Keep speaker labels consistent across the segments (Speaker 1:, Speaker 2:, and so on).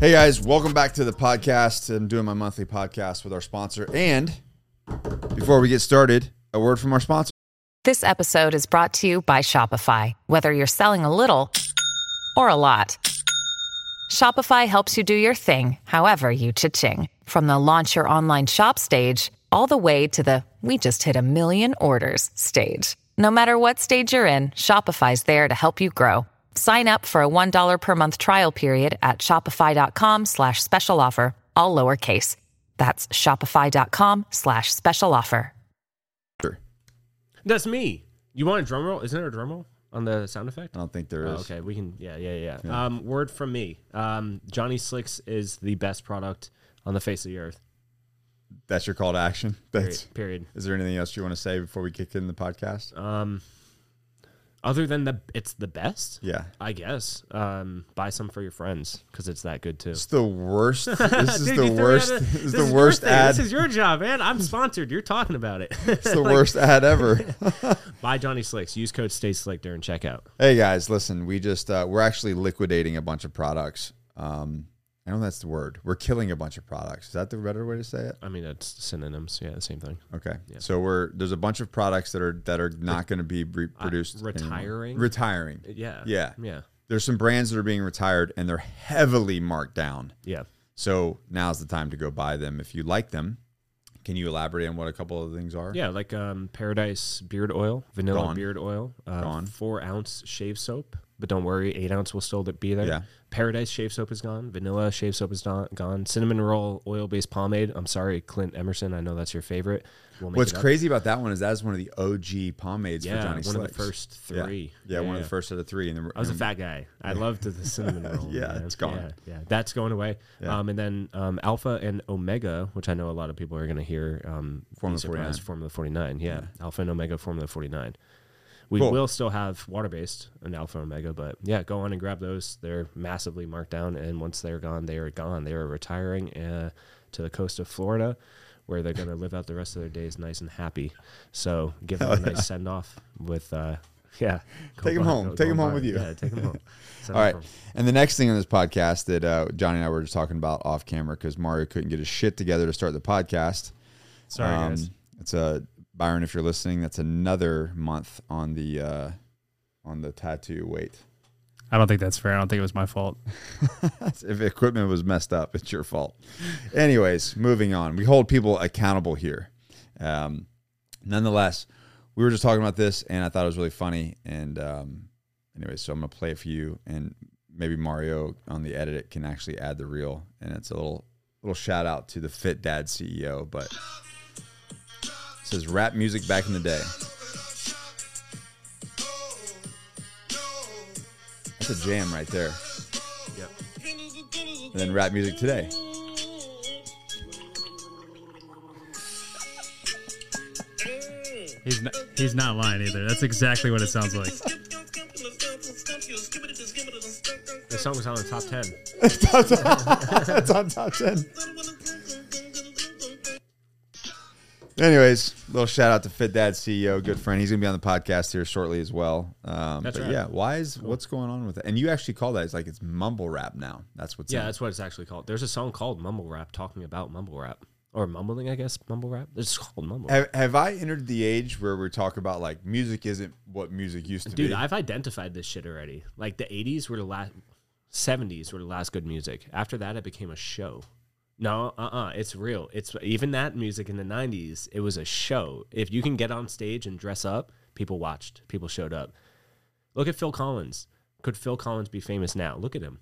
Speaker 1: Hey guys, welcome back to the podcast. I'm doing my monthly podcast with our sponsor. And before we get started, a word from our sponsor.
Speaker 2: This episode is brought to you by Shopify. Whether you're selling a little or a lot, Shopify helps you do your thing, however you cha-ching. From the launch your online shop stage, all the way to the we just hit a million orders stage. No matter what stage you're in, Shopify's there to help you grow. Sign up for a $1 per month trial period at shopify.com slash special offer, all lowercase. That's shopify.com slash special offer.
Speaker 3: That's me. You want a drum roll? Isn't there a drum roll on the sound effect?
Speaker 1: I don't think Uh, there
Speaker 3: Oh,
Speaker 1: is.
Speaker 3: okay, we can. Yeah, yeah, yeah. Um, word from me. Um, Johnny Slicks is the best product on the face of the earth.
Speaker 1: That's your call to action.
Speaker 3: Period.
Speaker 1: That's,
Speaker 3: period.
Speaker 1: is there anything else you want to say before we kick in the podcast?
Speaker 3: Um, other than the, it's the best.
Speaker 1: yeah.
Speaker 3: I guess. Um, buy some for your friends because it's that good too.
Speaker 1: It's the worst. This is
Speaker 3: Dude,
Speaker 1: the
Speaker 3: you threw me
Speaker 1: worst.
Speaker 3: out of-
Speaker 1: This is
Speaker 3: your
Speaker 1: the worst
Speaker 3: thing.
Speaker 1: ad.
Speaker 3: This is your job, man. I'm sponsored. You're talking about it.
Speaker 1: It's the worst ad ever.
Speaker 3: Buy Johnny Slicks. Use code Stay Slick during checkout.
Speaker 1: Hey guys, listen, we just uh, we're actually liquidating a bunch of products. Um, I know that's the word. We're killing a bunch of products. Is that the better way to say it?
Speaker 3: I mean, that's synonyms. Yeah, the same thing.
Speaker 1: Okay. So we're there's a bunch of products that are that are not going to be reproduced. anymore.
Speaker 3: retiring?
Speaker 1: Retiring.
Speaker 3: Yeah.
Speaker 1: Yeah.
Speaker 3: Yeah.
Speaker 1: There's some brands that are being retired and they're heavily marked down.
Speaker 3: Yeah.
Speaker 1: So now's the time to go buy them if you like them. Can you elaborate on what a couple of things are?
Speaker 3: Yeah, like um, Paradise Beard Oil, Vanilla
Speaker 1: Gone.
Speaker 3: Beard Oil, uh,
Speaker 1: Gone.
Speaker 3: four ounce shave soap. But don't worry, eight ounce will still be there.
Speaker 1: Yeah.
Speaker 3: Paradise Shave Soap is gone. Vanilla Shave Soap is not gone. Cinnamon Roll Oil Based Pomade. I'm sorry, Clint Emerson. I know that's your favorite. We'll make
Speaker 1: What's
Speaker 3: it up.
Speaker 1: crazy about that one is that's one of the OG pomades
Speaker 3: Yeah,
Speaker 1: for Johnny
Speaker 3: one of the
Speaker 1: Slicks.
Speaker 3: first
Speaker 1: Yeah.
Speaker 3: three.
Speaker 1: Yeah,
Speaker 3: Yeah,
Speaker 1: one of
Speaker 3: yeah.
Speaker 1: the first out of three. And then we're-
Speaker 3: I was a
Speaker 1: and-
Speaker 3: fat guy. I loved the cinnamon roll.
Speaker 1: Mm. Yeah,
Speaker 3: man.
Speaker 1: it's gone.
Speaker 3: Yeah, yeah. that's going away. Um, and then um, Alpha and Omega, which I know a lot of people are going to hear. Um,
Speaker 1: Formula
Speaker 3: be surprised,
Speaker 1: 49.
Speaker 3: Formula 49. Yeah. Alpha and Omega Formula 49. We
Speaker 1: Cool.
Speaker 3: will still have water based and Alpha and Omega, but yeah, go on and grab those. They're massively marked down. And once they're gone, they are gone. They are retiring uh, to the coast of Florida. Where they're gonna live out the rest of their days nice and happy, so give them a nice send off with, uh, yeah. go
Speaker 1: Take 'em
Speaker 3: buy-
Speaker 1: home.
Speaker 3: go-
Speaker 1: Take
Speaker 3: go
Speaker 1: 'em home
Speaker 3: buy
Speaker 1: with
Speaker 3: it.
Speaker 1: you.
Speaker 3: Yeah, take them home. Send
Speaker 1: All right.
Speaker 3: them home.
Speaker 1: And the next thing on this podcast that uh, Johnny and I were just talking about off camera because Mario couldn't get his shit together to start the podcast.
Speaker 3: Sorry,
Speaker 1: Um,
Speaker 3: guys.
Speaker 1: It's a Byron. If you're listening, that's another month on the uh, on the tattoo wait.
Speaker 4: I don't think that's fair. I don't think it was my fault.
Speaker 1: if equipment was messed up, it's your fault. Anyways, moving on. We hold people accountable here. Um, nonetheless, we were just talking about this, and I thought it was really funny. And um, anyway, so I'm gonna play it for you, and maybe Mario on the edit can actually add the reel, and it's a little little shout out to the Fit Dad CEO. But it says rap music back in the day. That's a jam right there. And then rap music today.
Speaker 4: He's not, he's not lying either. That's exactly what it sounds like.
Speaker 3: This song was on the top ten.
Speaker 1: It's on top 10. Anyways, little shout out to Fit Dad CEO, good friend. He's gonna be on the podcast here shortly as well. Um,
Speaker 3: That's
Speaker 1: but
Speaker 3: right.
Speaker 1: yeah, why is what's going on with it? And you actually call that? It's like it's mumble rap now. That's what's
Speaker 3: Yeah,
Speaker 1: in it.
Speaker 3: that's what it's actually called. There's a song called Mumble Rap talking about mumble rap or mumbling, I guess. Mumble rap. It's called mumble. Rap.
Speaker 1: Have, have I entered the age where we talk about like music isn't what music used to
Speaker 3: Dude,
Speaker 1: be?
Speaker 3: I've identified this shit already. Like the '80s were the last, '70s were the last good music. After that, it became a show. No, uh, uh it's real. It's even that music in the '90s. It was a show. If you can get on stage and dress up, people watched. People showed up. Look at Phil Collins. Could Phil Collins be famous now? Look at him.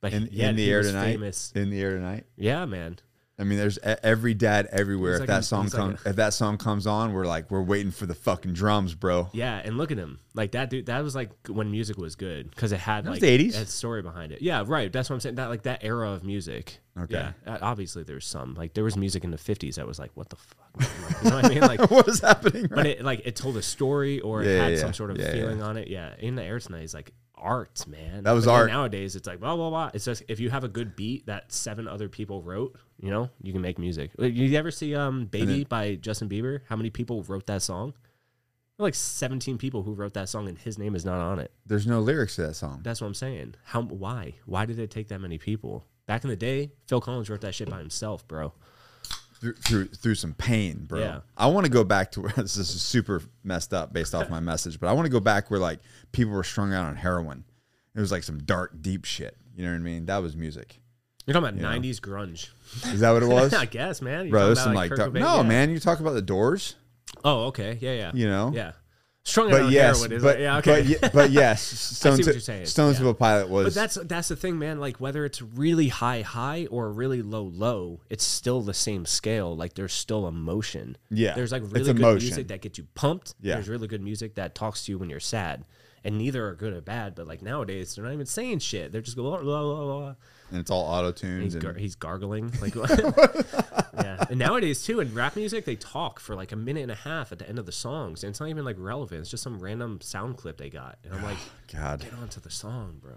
Speaker 3: But
Speaker 1: in,
Speaker 3: yet
Speaker 1: in the
Speaker 3: he
Speaker 1: air
Speaker 3: was
Speaker 1: tonight.
Speaker 3: famous.
Speaker 1: In the air tonight.
Speaker 3: Yeah, man.
Speaker 1: I mean, there's e- every dad everywhere.
Speaker 3: He's
Speaker 1: if
Speaker 3: like
Speaker 1: that
Speaker 3: a-
Speaker 1: song
Speaker 3: he's like
Speaker 1: comes,
Speaker 3: a-
Speaker 1: if that song comes on, we're like, we're waiting for the fucking drums, bro.
Speaker 3: Yeah, and look at him. Like that dude. That was like when music was good because it had
Speaker 1: That was
Speaker 3: like
Speaker 1: the 80s?
Speaker 3: a story behind it. Yeah, right. That's what I'm saying. That like that era of music.
Speaker 1: Okay.
Speaker 3: Yeah. Uh, Obviously, there's some like there was music in the 50s that was like what the fuck. man? Like, you know what I mean? Like,
Speaker 1: what is happening?
Speaker 3: but it like it told a story or
Speaker 1: Yeah,
Speaker 3: it
Speaker 1: yeah,
Speaker 3: had
Speaker 1: yeah.
Speaker 3: some sort of
Speaker 1: Yeah,
Speaker 3: feeling on it. Yeah. In the air tonight is like art, man.
Speaker 1: That was
Speaker 3: But then
Speaker 1: art.
Speaker 3: Nowadays, it's like blah blah blah. It's just if you have a good beat that seven other people wrote, you know, you can make music. Like, You ever see um "Baby" by Justin Bieber? How many people wrote that song? Like seventeen people who wrote that song, and his name is not on it.
Speaker 1: There's no lyrics to that song.
Speaker 3: That's what I'm saying. How? Why? Why did it take that many people? Back in the day, Phil Collins wrote that shit by himself, bro.
Speaker 1: through through, through some pain, bro.
Speaker 3: Yeah.
Speaker 1: I want to go back to where this is super messed up based off my message, but I want to go back where like people were strung out on heroin. It was like some dark, deep shit. You know what I mean? That was music.
Speaker 3: You're talking about '90s grunge,
Speaker 1: Is that what it was?
Speaker 3: I guess, man. You're
Speaker 1: bro,
Speaker 3: talking
Speaker 1: there's
Speaker 3: about,
Speaker 1: some like,
Speaker 3: Kurt
Speaker 1: dark-
Speaker 3: Cobain,
Speaker 1: no
Speaker 3: yeah.
Speaker 1: man. You talk about the Doors,
Speaker 3: Oh, okay, yeah, yeah.
Speaker 1: you know?
Speaker 3: yeah. Strung out
Speaker 1: But
Speaker 3: on
Speaker 1: yes,
Speaker 3: heroin is
Speaker 1: but,
Speaker 3: like, yeah, okay.
Speaker 1: but, ye- but yes, Stone,
Speaker 3: what
Speaker 1: Ti-
Speaker 3: you're saying,
Speaker 1: Stones
Speaker 3: yeah.
Speaker 1: of a Pilot was
Speaker 3: But that's that's the thing, man. Like whether it's really high high or really low low, it's still the same scale. Like there's still emotion.
Speaker 1: Yeah,
Speaker 3: There's like
Speaker 1: it's
Speaker 3: really good
Speaker 1: emotion.
Speaker 3: music that gets you pumped.
Speaker 1: Yeah.
Speaker 3: There's really good music that talks to you when you're sad. And neither are good or bad, but like nowadays they're not even saying shit. They're just going blah blah blah. blah.
Speaker 1: and it's all auto tunes
Speaker 3: He's,
Speaker 1: and
Speaker 3: gar- he's gargling. Like Yeah. And nowadays too, in rap music, they talk for like a minute and a half at the end of the songs. And it's not even like relevant. It's just some random sound clip they got. And I'm like,
Speaker 1: God.
Speaker 3: get onto the song, bro.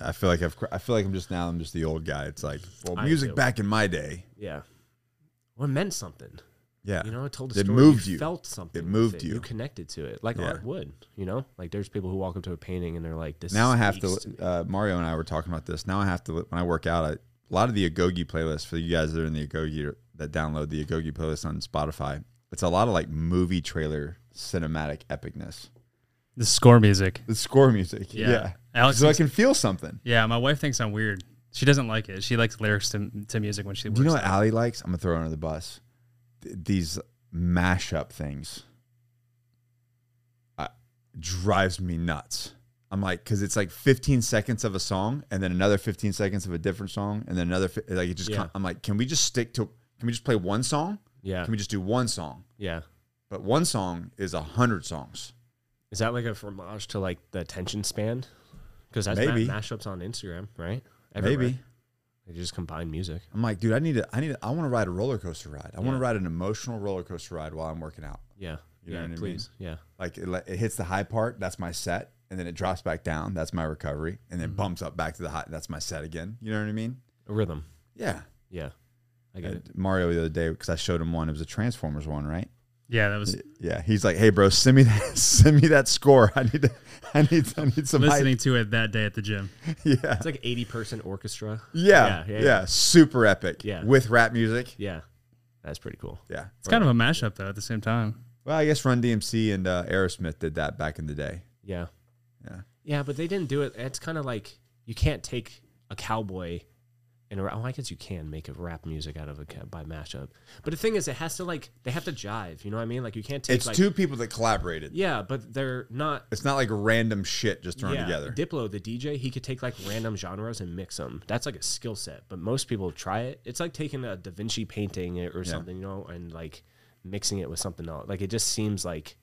Speaker 1: I feel like I've cr- I feel like I'm just now I'm just the old guy. It's like well,
Speaker 3: I
Speaker 1: music
Speaker 3: do.
Speaker 1: back in my day,
Speaker 3: Yeah. Well, it meant something.
Speaker 1: yeah,
Speaker 3: You know, it told a
Speaker 1: it
Speaker 3: story.
Speaker 1: moved you,
Speaker 3: felt something.
Speaker 1: It
Speaker 3: with
Speaker 1: moved you.
Speaker 3: You connected to it, like
Speaker 1: Yeah.
Speaker 3: art would. You know, like there's people who walk up to a painting and they're like, "This."
Speaker 1: Now I have to.
Speaker 3: speaks me.
Speaker 1: uh, Mario and I were talking about this. Now I have to when I work out. I, a lot of the agogi playlist for you guys that are in the agogi or that download the agogi playlist on Spotify. It's a lot of like movie trailer cinematic epicness.
Speaker 4: The score music.
Speaker 1: The score music, yeah.
Speaker 4: Yeah. Alex
Speaker 1: so I
Speaker 4: is-
Speaker 1: can feel something.
Speaker 4: Yeah, my wife thinks I'm weird. She doesn't like it. She likes lyrics to, to music when she works.
Speaker 1: Do you know what
Speaker 4: out.
Speaker 1: Allie likes? I'm gonna throw her under the bus. Th- these mashup things I, drives me nuts. I'm like, because it's like 15 seconds of a song, and then another 15 seconds of a different song, and then another. fi- Like it just.
Speaker 3: Yeah.
Speaker 1: con- I'm like, can we just stick to? Can we just play one song?
Speaker 3: yeah,
Speaker 1: Can we just do one song?
Speaker 3: yeah.
Speaker 1: But one song is a hundred songs.
Speaker 3: Is that like a fromage to like the attention span? Because that's ma-
Speaker 1: Maybe.
Speaker 3: mashups on Instagram, right?
Speaker 1: Maybe.
Speaker 3: they just combine music.
Speaker 1: I'm like, dude, I need to. I need. To, I want to ride a roller coaster ride. I want to ride an emotional roller coaster ride while I'm working out.
Speaker 3: Yeah,
Speaker 1: You know
Speaker 3: yeah.
Speaker 1: what I mean?
Speaker 3: please, yeah.
Speaker 1: like it, le- it hits the high part that's my set and then it drops back down that's my recovery and
Speaker 3: Mm-hmm.
Speaker 1: then bumps up back to the high that's my set again you know what i mean
Speaker 3: A rhythm.
Speaker 1: yeah
Speaker 3: Yeah, I get
Speaker 1: Uh,
Speaker 3: it.
Speaker 1: mario the other day because i showed him one it was a transformers one right
Speaker 4: Yeah, that was
Speaker 1: yeah he's like hey bro send me that send me that score i need to, i need i need some hype."
Speaker 4: listening to it that day at the gym.
Speaker 1: yeah
Speaker 3: It's like eighty person orchestra.
Speaker 1: yeah yeah,
Speaker 3: yeah, yeah.
Speaker 1: super epic
Speaker 3: Yeah.
Speaker 1: with rap music
Speaker 3: Yeah, that's pretty cool.
Speaker 1: yeah
Speaker 4: It's kind of a mashup though. At the same time,
Speaker 1: well i guess run dmc and uh, aerosmith did that back in the day
Speaker 3: Yeah.
Speaker 1: Yeah.
Speaker 3: Yeah, but they didn't do it. It's kind of like you can't take a cowboy and a, ra- oh, I guess you can make a rap music out of a ca- by mashup. But the thing is, it has to like they have to jive. You know what I mean? Like you can't take
Speaker 1: it's
Speaker 3: like
Speaker 1: two people that collaborated
Speaker 3: yeah, but they're not.
Speaker 1: it's not like random shit just thrown
Speaker 3: yeah,
Speaker 1: together
Speaker 3: Diplo, the DJ, he could take like random genres and mix them. That's like a skill set. But most people try it. It's like taking a Da Vinci painting or something, you know, and like mixing it with something else. Like it just seems like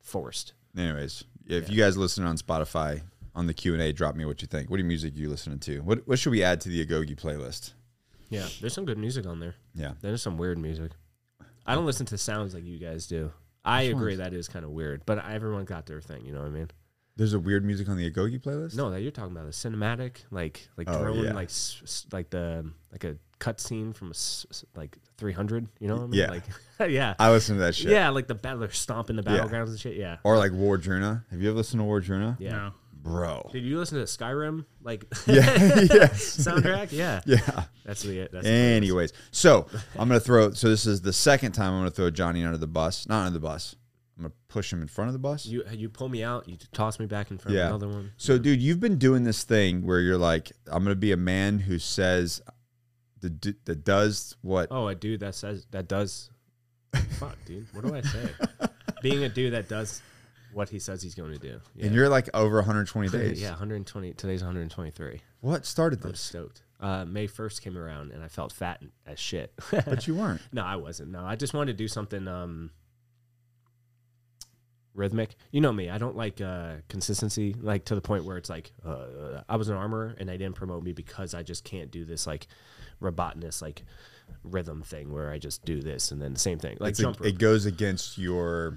Speaker 3: forced.
Speaker 1: Anyways, if you guys listen on Spotify on the Q and A, drop me what you think. What do you music you listening to? What what should we add to the Agogi playlist?
Speaker 3: Yeah, there's some good music on there.
Speaker 1: Yeah,
Speaker 3: There's some weird music. I don't listen to sounds like you guys do. I agree that is kind of weird, but everyone got their thing. You know what I mean?
Speaker 1: there's a weird music on the Agogi playlist.
Speaker 3: No, that you're talking about the cinematic, like like
Speaker 1: Oh,
Speaker 3: drone,
Speaker 1: yeah.
Speaker 3: like s- s- like the like a cutscene from a s- s- like 300. You know what I mean?
Speaker 1: Yeah.
Speaker 3: Like, yeah,
Speaker 1: I listen to that shit.
Speaker 3: yeah, like the battler stomping the
Speaker 1: Yeah.
Speaker 3: battlegrounds and shit. Yeah,
Speaker 1: Or like War Juna. Have you ever listened to War Juna?
Speaker 3: yeah.
Speaker 4: no,
Speaker 1: Bro.
Speaker 3: Did you listen to Skyrim like
Speaker 1: Yeah. yes.
Speaker 3: soundtrack? Yeah,
Speaker 1: Yeah.
Speaker 3: that's the that's the-
Speaker 1: Anyways, so I'm gonna throw. So this is the second time I'm gonna throw Johnny under the bus. Not under the bus. I'm gonna push him in front of the bus.
Speaker 3: you you pull me out, you toss me back in front
Speaker 1: Yeah.
Speaker 3: of another one.
Speaker 1: So, dude, you've been doing this thing where you're like, I'm gonna be a man who says, the, that does what
Speaker 3: Oh, a dude that says that does. Fuck, dude. What do I say? Being a dude that does what he says he's going to do. Yeah.
Speaker 1: And you're like over 120 days.
Speaker 3: yeah, 120. Today's 123.
Speaker 1: What started
Speaker 3: I'm
Speaker 1: this?
Speaker 3: stoked. Uh, May 1st came around and I felt fat and- as shit.
Speaker 1: But you weren't.
Speaker 3: no, I wasn't. No, I just wanted to do something um, rhythmic. You know me. I don't like uh, consistency, like to the point where it's like uh, I was an armorer and they didn't promote me because I just can't do this like robotness like rhythm thing where I just do this and then the same thing like
Speaker 1: It's a-
Speaker 3: jump rope.
Speaker 1: it goes against your,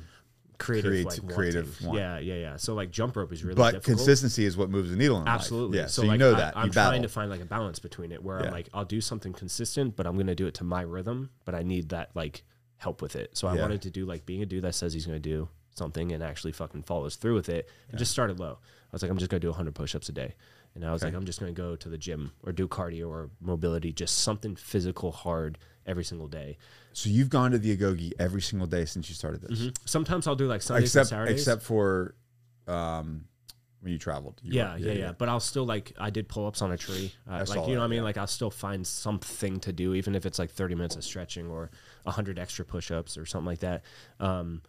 Speaker 3: creative,
Speaker 1: creates-
Speaker 3: like,
Speaker 1: creative
Speaker 3: wanting.
Speaker 1: want.
Speaker 3: Yeah, yeah, yeah. So like jump rope is really
Speaker 1: but
Speaker 3: difficult.
Speaker 1: consistency is what moves the needle. In life.
Speaker 3: Absolutely.
Speaker 1: Yeah. So,
Speaker 3: like,
Speaker 1: you know
Speaker 3: I,
Speaker 1: that.
Speaker 3: I'm
Speaker 1: you
Speaker 3: trying
Speaker 1: battle.
Speaker 3: to find like a balance between it where
Speaker 1: Yeah.
Speaker 3: I'm like, I'll do something consistent, but I'm gonna do it to my rhythm, but I need that like help with it. So I
Speaker 1: Yeah.
Speaker 3: wanted to do like being a dude that says he's gonna do something and actually fucking follows through with it. And just started low. I was like, I'm just gonna do 100 push-ups a day, And I was like, I'm just going to go to the gym or do cardio or mobility, just something physical hard every single day.
Speaker 1: So you've gone to the agogi every single day since you started this,
Speaker 3: Sometimes I'll do like Sundays Mm-hmm. and
Speaker 1: except
Speaker 3: Saturdays.
Speaker 1: except for um, when you traveled. You
Speaker 3: yeah,
Speaker 1: were-
Speaker 3: yeah, yeah, But I'll still like I did pull ups on a tree. Uh,
Speaker 1: saw
Speaker 3: like you
Speaker 1: that,
Speaker 3: know what I mean? Like I'll still find something to do, even if it's like thirty minutes of stretching or hundred extra push ups or something like that. Um,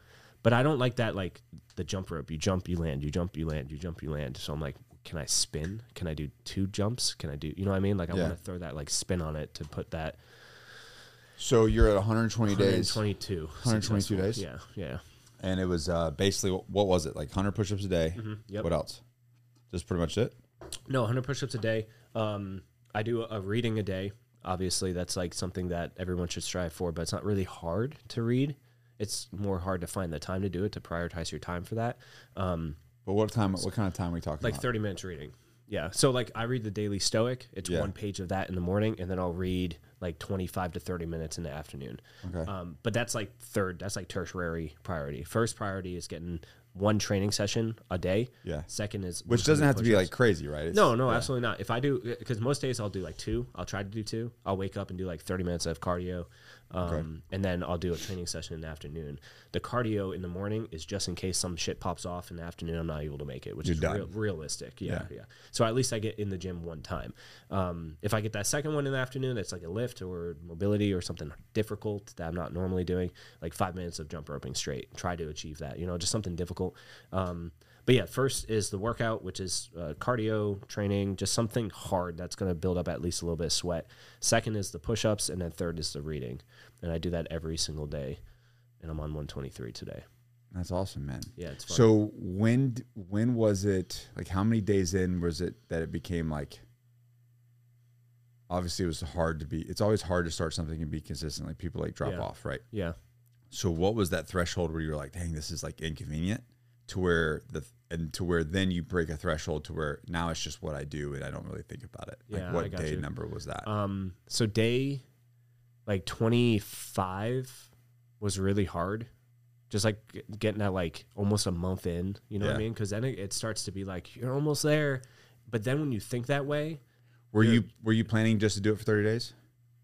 Speaker 3: but I don't like that like the jump rope. You jump, you land. You jump, you land. You jump, you land. So I'm like, can I spin? Can I do two jumps? Can I do? You know what I mean? Like I
Speaker 1: Yeah.
Speaker 3: want to throw that like spin on it to put that
Speaker 1: So you're at 120 days,
Speaker 3: 122,
Speaker 1: 122
Speaker 3: successful.
Speaker 1: days?
Speaker 3: Yeah, yeah.
Speaker 1: and it was uh, basically what was it like 100 push-ups a day?
Speaker 3: Mm-hmm. yep.
Speaker 1: What else? Just pretty much it.
Speaker 3: No, 100 push-ups a day. Um, I do a reading a day. Obviously, that's like something that everyone should strive for, but it's not really hard to read. It's more hard to find the time to do it to prioritize your time for that. Um,
Speaker 1: But what time? What kind of time are we talking
Speaker 3: like
Speaker 1: about?
Speaker 3: 30 minutes reading. Yeah. So like I read the Daily Stoic. It's
Speaker 1: Yeah.
Speaker 3: one page of that in the morning, and then I'll read like 25 to 30 minutes in the afternoon.
Speaker 1: Okay.
Speaker 3: Um, but that's like third. That's like tertiary priority. First priority is getting one training session a day.
Speaker 1: Yeah.
Speaker 3: Second is
Speaker 1: Which doesn't have to be like crazy, right? It's-
Speaker 3: No, no, absolutely not. If I do, because most days I'll do like two. I'll try to do two. I'll wake up and do like 30 minutes of cardio. Um, And then I'll do a training session in the afternoon. The cardio in the morning is just in case some shit pops off in the afternoon, I'm not able to make it, which
Speaker 1: You're
Speaker 3: is
Speaker 1: done.
Speaker 3: real, realistic. Yeah,
Speaker 1: Yeah.
Speaker 3: yeah, So at least I get in the gym one time. Um, if I get that second one in the afternoon, that's like a lift or mobility or something difficult that I'm not normally doing, like five minutes of jump roping straight. Try to achieve that, you know, just something difficult. Um, but yeah, first is the workout, which is uh, cardio training, just something hard that's going to build up at least a little bit of sweat. Second is the push ups, and then third is the reading. And I do that every single day. And I'm on 123 today.
Speaker 1: That's awesome, man.
Speaker 3: Yeah, it's fun.
Speaker 1: So when d- when was it? Like how many days in was it that it became like? Obviously, it was hard to be. It's always hard to start something and be consistent. Like people like drop
Speaker 3: Yeah.
Speaker 1: off, right?
Speaker 3: yeah.
Speaker 1: So what was that threshold where you were like, "Dang, this is like inconvenient," to where the and to where then you break a threshold to where now it's just what I do and I don't really think about it.
Speaker 3: Yeah, I
Speaker 1: like what
Speaker 3: got
Speaker 1: day
Speaker 3: you.
Speaker 1: number was that?
Speaker 3: Um, so day like 25 was really hard. Just like g- getting that like almost a month in, you know what I
Speaker 1: Yeah.
Speaker 3: mean? Because then it, it starts to be like you're almost there, but then when you think that way,
Speaker 1: were you were you planning just to do it for thirty days?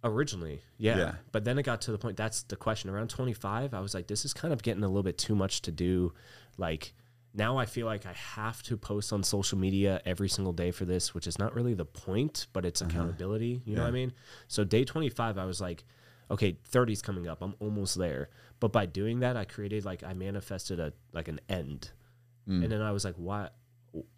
Speaker 3: originally yeah.
Speaker 1: Yeah.
Speaker 3: but then it got to the point that's the question around 25 i was like this is kind of getting a little bit too much to do like now i feel like i have to post on social media every single day for this which is not really the point but it's accountability you know what i mean so day 25 i was like okay 30's coming up i'm almost there but by doing that i created like i manifested a like an end and then I was like, "Why?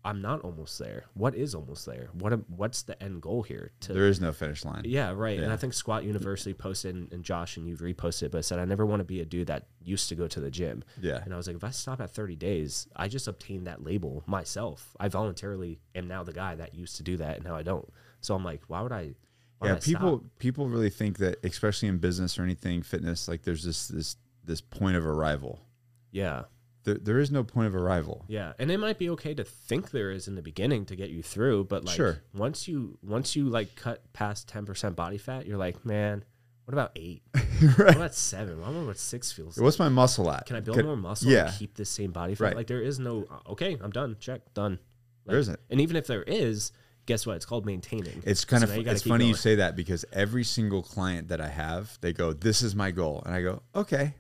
Speaker 3: I'm not almost there. What is almost there? What? am- What's the end goal here? To
Speaker 1: There is no finish line.
Speaker 3: yeah, right. And I think Squat University posted, and, and Josh and you reposted, it, but it said, I never want to be a dude that used to go to the gym.
Speaker 1: Yeah.
Speaker 3: And I was like, if I stop at 30 days, I just obtained that label myself. I voluntarily am now the guy that used to do that, and now I don't. So I'm like, why would I? why
Speaker 1: yeah
Speaker 3: would I
Speaker 1: people
Speaker 3: stop?
Speaker 1: people really think that especially in business or anything fitness like there's this this this point of arrival
Speaker 3: Yeah.
Speaker 1: there, there is no point of arrival
Speaker 3: Yeah, and it might be okay to think there is in the beginning to get you through, but like
Speaker 1: Sure.
Speaker 3: once you once you like cut past ten percent body fat, you're like, man, what about eight? What about seven? What about what six feels?
Speaker 1: what's my muscle at
Speaker 3: Can I build
Speaker 1: Could-
Speaker 3: more muscle
Speaker 1: yeah
Speaker 3: and keep this same body fat?
Speaker 1: Right.
Speaker 3: Like there is no uh, okay, I'm done. Check, done. Like,
Speaker 1: There isn't.
Speaker 3: And even if there is, guess what? It's called maintaining.
Speaker 1: it's kind
Speaker 3: So
Speaker 1: of
Speaker 3: now you gotta
Speaker 1: it's
Speaker 3: keep
Speaker 1: funny you
Speaker 3: going.
Speaker 1: say that because every single client that i have they go this is my goal and i go okay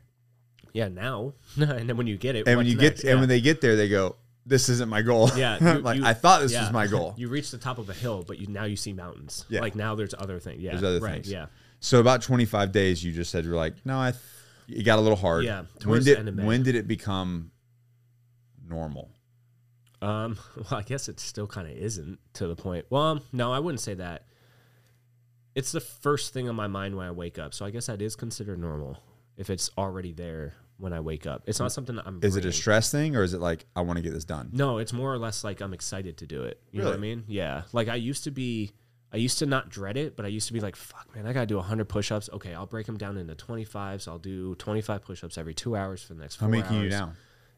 Speaker 3: Yeah, now. and then when you get
Speaker 1: and
Speaker 3: it,
Speaker 1: when
Speaker 3: what's
Speaker 1: you get
Speaker 3: next?
Speaker 1: and
Speaker 3: Yeah.
Speaker 1: when they get there they go this isn't my goal
Speaker 3: Yeah, you-
Speaker 1: like
Speaker 3: you-
Speaker 1: i thought this
Speaker 3: yeah.
Speaker 1: was my goal
Speaker 3: You reach the top of a hill, but you now you see mountains.
Speaker 1: Yeah.
Speaker 3: Like now there's other things. Yeah.
Speaker 1: there's other
Speaker 3: right.
Speaker 1: things
Speaker 3: Yeah.
Speaker 1: so about 25 days you just said you're like no i th- it got a little hard
Speaker 3: Yeah,
Speaker 1: when
Speaker 3: towards the
Speaker 1: did
Speaker 3: end of May.
Speaker 1: when did it become normal
Speaker 3: Um, well, I guess it still kind of isn't to the point. Well, um, no, I wouldn't say that. It's the first thing on my mind when I wake up, so I guess that is considered normal if it's already there when I wake up. It's not something that I'm.
Speaker 1: Is it a
Speaker 3: bringing.
Speaker 1: stress thing or is it like I want to get this done?
Speaker 3: No, it's more or less like I'm excited to do it. You know what I
Speaker 1: Really?
Speaker 3: mean? Yeah. Like I used to be, I used to not dread it, but I used to be like, fuck, man, I got to do 100 push ups. Okay, I'll break them down into 25s. I'll do 25 push ups every two hours for the next four
Speaker 1: How many can you
Speaker 3: hours
Speaker 1: now?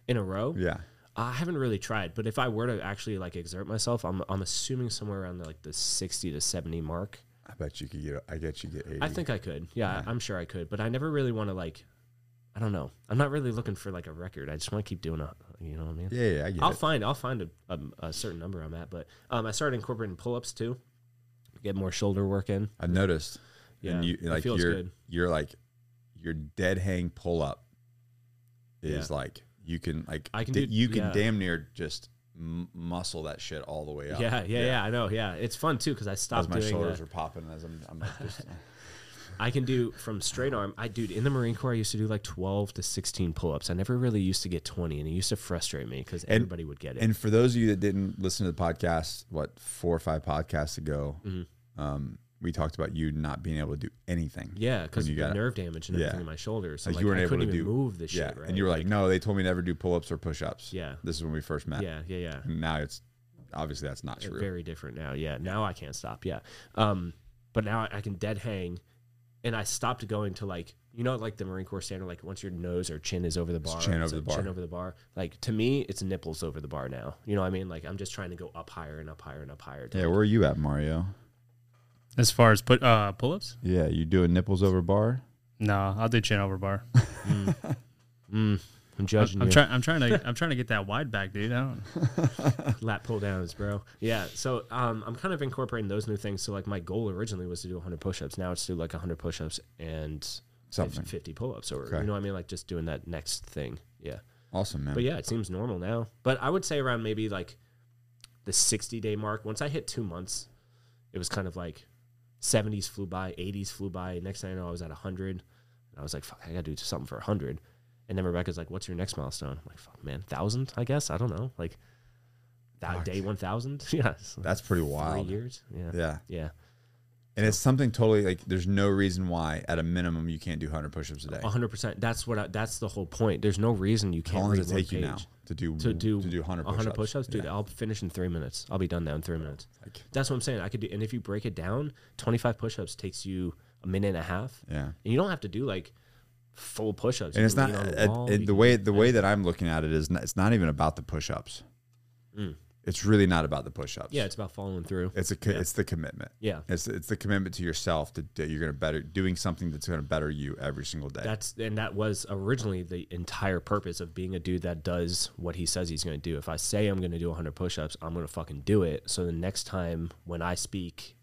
Speaker 3: In a row?
Speaker 1: Yeah.
Speaker 3: I haven't really tried, but if I were to actually like exert myself, I'm, I'm assuming somewhere around like the 60 to 70 mark.
Speaker 1: I bet you could get I bet you get 80.
Speaker 3: I think I could. Yeah, I'm sure I could, but I never really want to like I don't know. I'm not really looking for like a record. I just want to keep doing it. You know what I mean?
Speaker 1: Yeah, yeah, I get
Speaker 3: I'll
Speaker 1: it.
Speaker 3: find I'll find a, a, a certain number I'm at, but um, I started incorporating pull ups too. Get more shoulder work in.
Speaker 1: I noticed.
Speaker 3: Yeah,
Speaker 1: and you
Speaker 3: it
Speaker 1: like
Speaker 3: feels
Speaker 1: your
Speaker 3: good.
Speaker 1: your like your dead hang pull up is
Speaker 3: Yeah.
Speaker 1: like you can like
Speaker 3: I can
Speaker 1: da-
Speaker 3: do-
Speaker 1: you can
Speaker 3: yeah.
Speaker 1: damn near just m- muscle that shit all the way
Speaker 3: Yeah,
Speaker 1: up.
Speaker 3: yeah, yeah. I know. Yeah, it's fun too because I
Speaker 1: As
Speaker 3: stopped
Speaker 1: my
Speaker 3: doing.
Speaker 1: shoulders
Speaker 3: the-
Speaker 1: are popping as I'm, I'm like, just,
Speaker 3: I can do from straight arm. I dude in the Marine Corps I used to do like 12 to 16 pull ups. I never really used to get 20, and it used to frustrate me because everybody would get it.
Speaker 1: and for those of you that didn't listen to the podcast, what four or five podcasts ago,
Speaker 3: Mm-hmm.
Speaker 1: um, we talked about you not being able to do anything.
Speaker 3: yeah, because
Speaker 1: you got-
Speaker 3: nerve damage and
Speaker 1: yeah.
Speaker 3: everything in my shoulders. So,
Speaker 1: like,
Speaker 3: like,
Speaker 1: you weren't
Speaker 3: I
Speaker 1: able
Speaker 3: couldn't
Speaker 1: to
Speaker 3: even
Speaker 1: do
Speaker 3: move the
Speaker 1: yeah,
Speaker 3: shit. Right?
Speaker 1: and you were like, no, they told me never do pull ups or push ups.
Speaker 3: Yeah.
Speaker 1: this is when we first met.
Speaker 3: yeah, yeah, yeah.
Speaker 1: now it's obviously that's not true.
Speaker 3: Very different now. Yeah. Now I can't stop. Yeah. Um, but now I can dead hang, and I stopped going to like you know like the Marine Corps standard like once your nose or chin is over the bar,
Speaker 1: chin over
Speaker 3: like
Speaker 1: the bar.
Speaker 3: chin over the bar. Like to me, it's nipples over the bar now. You know what I mean? Like I'm just trying to go up higher and up higher and up higher. to
Speaker 1: yeah, where are you at, Mario?
Speaker 4: As far as put uh, pull ups,
Speaker 1: Yeah, you doing nipples over bar?
Speaker 4: no, I'll do chin over bar.
Speaker 3: Mm, I'm
Speaker 4: I'm,
Speaker 3: judging
Speaker 4: I'm
Speaker 3: you.
Speaker 4: trying. I'm trying to. I'm trying to get that wide back, dude. I don't.
Speaker 3: Lat pull downs, bro. Yeah. So um, I'm kind of incorporating those new things. So like my goal originally was to do 100 push-ups. Now it's to do like 100 push-ups and
Speaker 1: Something
Speaker 3: 50 pull-ups, or
Speaker 1: Okay.
Speaker 3: you know what I mean? Like just doing that next thing. Yeah.
Speaker 1: awesome, man.
Speaker 3: But yeah, it seems normal now. But I would say around maybe like the 60 day mark. Once I hit two months, it was kind of like 70s flew by, 80s flew by. Next thing I know, I was at 100. And I was like, fuck, I gotta do something for 100. And then Rebecca's like, what's your next milestone? I'm like, fuck, man, 1,000, I guess. I don't know. Like that
Speaker 1: Fuck.
Speaker 3: day 1,000. yeah. it's like
Speaker 1: That's pretty
Speaker 3: Three
Speaker 1: wild.
Speaker 3: years. Yeah. Yeah.
Speaker 1: Yeah, and it's something totally like there's no reason why at a minimum you can't do 100 push-ups a day.
Speaker 3: 100%. That's what I, that's the whole point. There's no reason you can't
Speaker 1: How long does
Speaker 3: read
Speaker 1: it
Speaker 3: one
Speaker 1: take you now
Speaker 3: page.
Speaker 1: to do
Speaker 3: to do
Speaker 1: to do 100 push-ups?
Speaker 3: push-ups? dude.
Speaker 1: Yeah.
Speaker 3: I'll finish in three minutes. I'll be done now in three minutes.
Speaker 1: Like-
Speaker 3: That's what I'm saying. I could do, and if you break it down, 25 push-ups takes you a minute and a half,
Speaker 1: yeah.
Speaker 3: and you don't have to do like full push-ups.
Speaker 1: And
Speaker 3: You
Speaker 1: it's
Speaker 3: can
Speaker 1: not
Speaker 3: lean on
Speaker 1: uh,
Speaker 3: wall,
Speaker 1: uh,
Speaker 3: you
Speaker 1: the
Speaker 3: can-
Speaker 1: way the way that I'm looking at it is not, it's not even about the push-ups.
Speaker 3: Mm.
Speaker 1: It's really not about the push-ups.
Speaker 3: Yeah, it's about following through.
Speaker 1: it's a co- it's the commitment.
Speaker 3: Yeah,
Speaker 1: It's it's the commitment to yourself that, that you're gonna better doing something that's gonna better you every single day.
Speaker 3: that's and that was originally the entire purpose of being a dude that does what he says he's going to do. If I say I'm going to do 100 push-ups, I'm going to fucking do it. So the next time when I speak,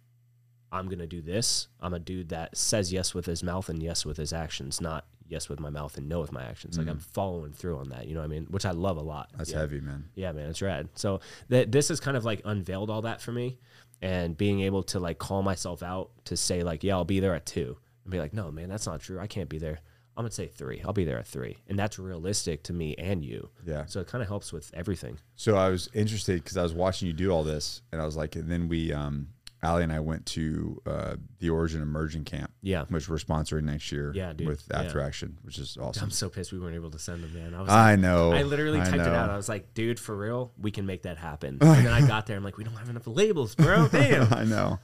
Speaker 3: I'm going to do this. I'm a dude that says yes with his mouth and yes with his actions, not yes with my mouth and no with my actions. Like I'm following through on that, you know what I mean? Which Mm. I love a lot.
Speaker 1: That's
Speaker 3: yeah.
Speaker 1: heavy, man.
Speaker 3: Yeah, man, it's rad. So that this has kind of like unveiled all that for me, and being able to like call myself out to say like, yeah, I'll be there at two, and be like, no, man, that's not true. I can't be there. I'm gonna say three. I'll be there at three, and that's realistic to me and you.
Speaker 1: Yeah.
Speaker 3: So it kind of helps with everything.
Speaker 1: So I was interested because I was watching you do all this, and I was like, and then we, um, Ali and I went to uh, the Origin Immersion Camp,
Speaker 3: Yeah.
Speaker 1: which we're sponsoring next year,
Speaker 3: Yeah, dude.
Speaker 1: with
Speaker 3: Yeah.
Speaker 1: After Action, which is awesome.
Speaker 3: I'm so pissed we weren't able to send them, man. I was.
Speaker 1: I know.
Speaker 3: I literally typed it
Speaker 1: know.
Speaker 3: out. I was like, dude, for real, we can make that happen. And then I got there. I'm like, we don't have enough labels, bro. Damn.
Speaker 1: I know,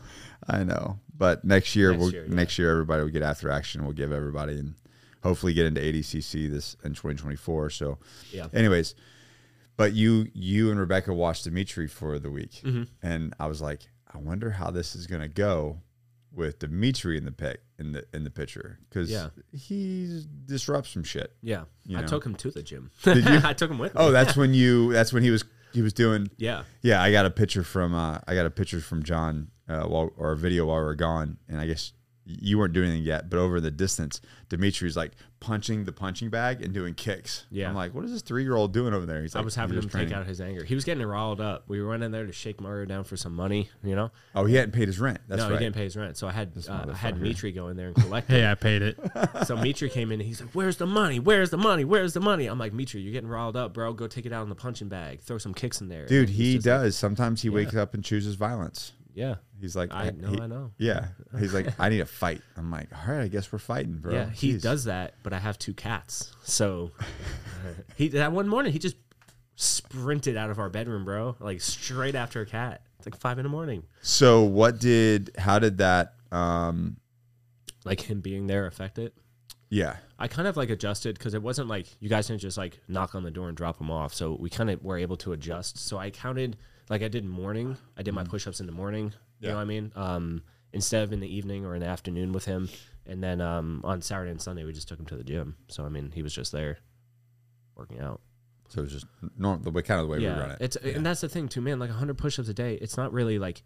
Speaker 1: I know. But next year,
Speaker 3: Next
Speaker 1: we'll,
Speaker 3: year, yeah.
Speaker 1: next year, everybody will get after action. We'll give everybody and hopefully get into ADCC this in 2024. So,
Speaker 3: Yeah.
Speaker 1: Anyways, but you, you and Rebecca watched Dimitri for the week,
Speaker 3: Mm-hmm.
Speaker 1: and I was like, I wonder how this is gonna go with Dimitri in the pic in the in the picture because
Speaker 3: Yeah.
Speaker 1: he disrupts some shit.
Speaker 3: Yeah.
Speaker 1: You
Speaker 3: I
Speaker 1: know.
Speaker 3: took him to the gym.
Speaker 1: Did you?
Speaker 3: I took him with me.
Speaker 1: Oh, that's when you. That's when he was he was doing.
Speaker 3: yeah.
Speaker 1: Yeah, I got a picture from uh, I got a picture from John uh, while or a video while we are gone, and I guess you weren't doing anything yet, but over in the distance, Dimitri's like punching the punching bag and doing kicks.
Speaker 3: Yeah.
Speaker 1: I'm like, what is this three year old doing over there? He's like,
Speaker 3: I was having
Speaker 1: "He's
Speaker 3: him
Speaker 1: just
Speaker 3: take
Speaker 1: training."
Speaker 3: out his anger. He was getting riled up. We went in there to shake Mario down for some money, you know.
Speaker 1: Oh, he hadn't paid his rent. That's
Speaker 3: no,
Speaker 1: right.
Speaker 3: he didn't pay his rent, so I had uh, I had
Speaker 1: motherfucker.
Speaker 3: Mitri go in there and collect it.
Speaker 4: Hey, I paid it.
Speaker 3: so Mitri came in and he's like, "Where's the money? Where's the money? Where's the money?" I'm like, "Mitri, you're getting riled up, bro. Go take it out in the punching bag. Throw some kicks in there."
Speaker 1: Dude,
Speaker 3: And
Speaker 1: he
Speaker 3: he's just like,
Speaker 1: does. Sometimes he wakes up and chooses violence.
Speaker 3: yeah,
Speaker 1: He's like,
Speaker 3: I know,
Speaker 1: he-
Speaker 3: I know.
Speaker 1: Yeah. He's like, I need a fight. I'm like, all right, I guess we're fighting, bro.
Speaker 3: yeah. He
Speaker 1: Jeez.
Speaker 3: does that, but I have two cats, so he that one morning he just sprinted out of our bedroom, bro, like straight after a cat. It's like five in the morning.
Speaker 1: So, what did, how did that, um,
Speaker 3: Like him being there affect it.
Speaker 1: yeah.
Speaker 3: I kind of like adjusted because it wasn't like you guys didn't just like knock on the door and drop them off. So we kind of were able to adjust. So I counted like I did morning.
Speaker 1: Mm-hmm.
Speaker 3: I did my push ups in the morning. You know what I mean? Um, instead of in the evening or in the afternoon with him. And then um, on Saturday and Sunday, we just took him to the gym. So I mean, he was just there working out.
Speaker 1: So it's just norm the way kind of the way
Speaker 3: yeah,
Speaker 1: we run it.
Speaker 3: it's
Speaker 1: Yeah.
Speaker 3: and that's the thing too, man. Like 100 push-ups a day, it's not really like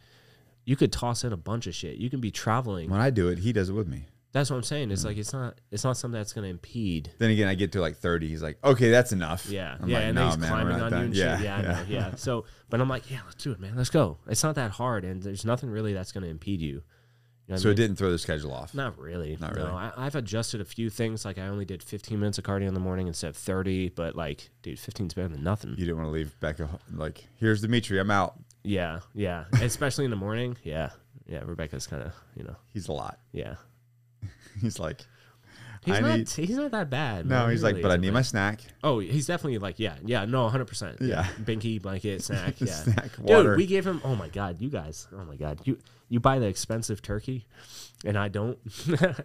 Speaker 3: you could toss in a bunch of shit. You can be traveling.
Speaker 1: when I do it, he does it with me.
Speaker 3: That's what I'm saying.
Speaker 1: Mm-hmm.
Speaker 3: It's like it's not it's not something that's going to impede.
Speaker 1: Then again, I get to like 30. He's like, okay, that's enough.
Speaker 3: Yeah,
Speaker 1: I'm
Speaker 3: yeah,
Speaker 1: like,
Speaker 3: and
Speaker 1: no,
Speaker 3: he's
Speaker 1: man, we're
Speaker 3: climbing
Speaker 1: not
Speaker 3: on
Speaker 1: done.
Speaker 3: you and
Speaker 1: yeah,
Speaker 3: shit. Yeah, I know, yeah. So, but I'm like, yeah, let's do it, man. Let's go. It's not that hard, and there's nothing really that's going to impede you. You know what
Speaker 1: So
Speaker 3: I
Speaker 1: it
Speaker 3: mean?
Speaker 1: didn't throw the schedule off.
Speaker 3: Not really.
Speaker 1: Not
Speaker 3: no.
Speaker 1: really.
Speaker 3: I, I've adjusted a few things. Like I only did 15 minutes of cardio in the morning instead of 30. But like, dude, 15's better than nothing.
Speaker 1: You didn't want to leave Becca ho- like, here's Dimitri. I'm out.
Speaker 3: Yeah, yeah. Especially in the morning. Yeah, yeah. Rebecca's kind of, you know,
Speaker 1: He's a lot.
Speaker 3: yeah.
Speaker 1: He's like,
Speaker 3: He's
Speaker 1: I
Speaker 3: not.
Speaker 1: need-
Speaker 3: he's not that bad.
Speaker 1: no,
Speaker 3: man.
Speaker 1: he's
Speaker 3: He
Speaker 1: like,
Speaker 3: really
Speaker 1: but I
Speaker 3: isn't,
Speaker 1: need my snack.
Speaker 3: Oh, he's definitely like, yeah, yeah, no, 100%.
Speaker 1: Yeah.
Speaker 3: Binky, blanket, snack. Yeah.
Speaker 1: Snack, water.
Speaker 3: Dude, we gave him, oh my God, you guys, oh my God, you you buy the expensive turkey and I don't.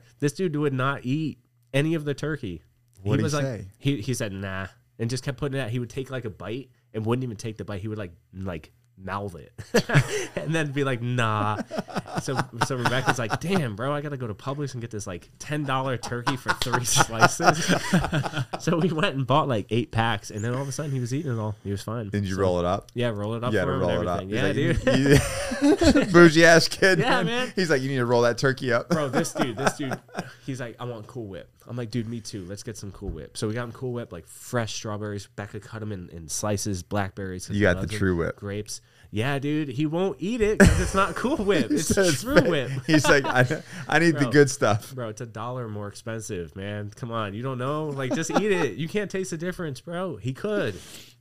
Speaker 3: this dude would not eat any of the turkey.
Speaker 1: What'd he
Speaker 3: like,
Speaker 1: say?
Speaker 3: He, he said, nah, and just kept putting it out. He would take like a bite and wouldn't even take the bite. He would like, like, mouth it and then be like nah so so rebecca's like damn bro i gotta go to publix and get this like $10 turkey for three slices so we went and bought like eight packs, and then all of a sudden he was eating it all. He was fine.
Speaker 1: Did you
Speaker 3: So-
Speaker 1: roll it up?
Speaker 3: Yeah, roll it up
Speaker 1: You had
Speaker 3: for
Speaker 1: to
Speaker 3: him
Speaker 1: roll
Speaker 3: and
Speaker 1: it up.
Speaker 3: everything.
Speaker 1: He's "Mm."
Speaker 3: Yeah, dude.
Speaker 1: like, dude. Bougie ass kid.
Speaker 3: Yeah, man.
Speaker 1: He's like, you need to roll that turkey up.
Speaker 3: Bro, this dude, this dude, he's like, I want Cool Whip. I'm like, dude, me too. Let's get some Cool Whip. So we got him Cool Whip, like fresh strawberries. Becca cut them in, in slices, blackberries. 'cause
Speaker 1: You
Speaker 3: he
Speaker 1: got the
Speaker 3: loves 'em,
Speaker 1: True Whip.
Speaker 3: Grapes. Yeah, dude, he won't eat it because it's not Cool Whip.
Speaker 1: He
Speaker 3: it's
Speaker 1: says,
Speaker 3: True Whip.
Speaker 1: He's like, I, I need the
Speaker 3: Bro.
Speaker 1: good stuff.
Speaker 3: Bro, it's a dollar more expensive, man. Come on, you don't know? Like, just eat it. You can't taste the difference, bro. He could.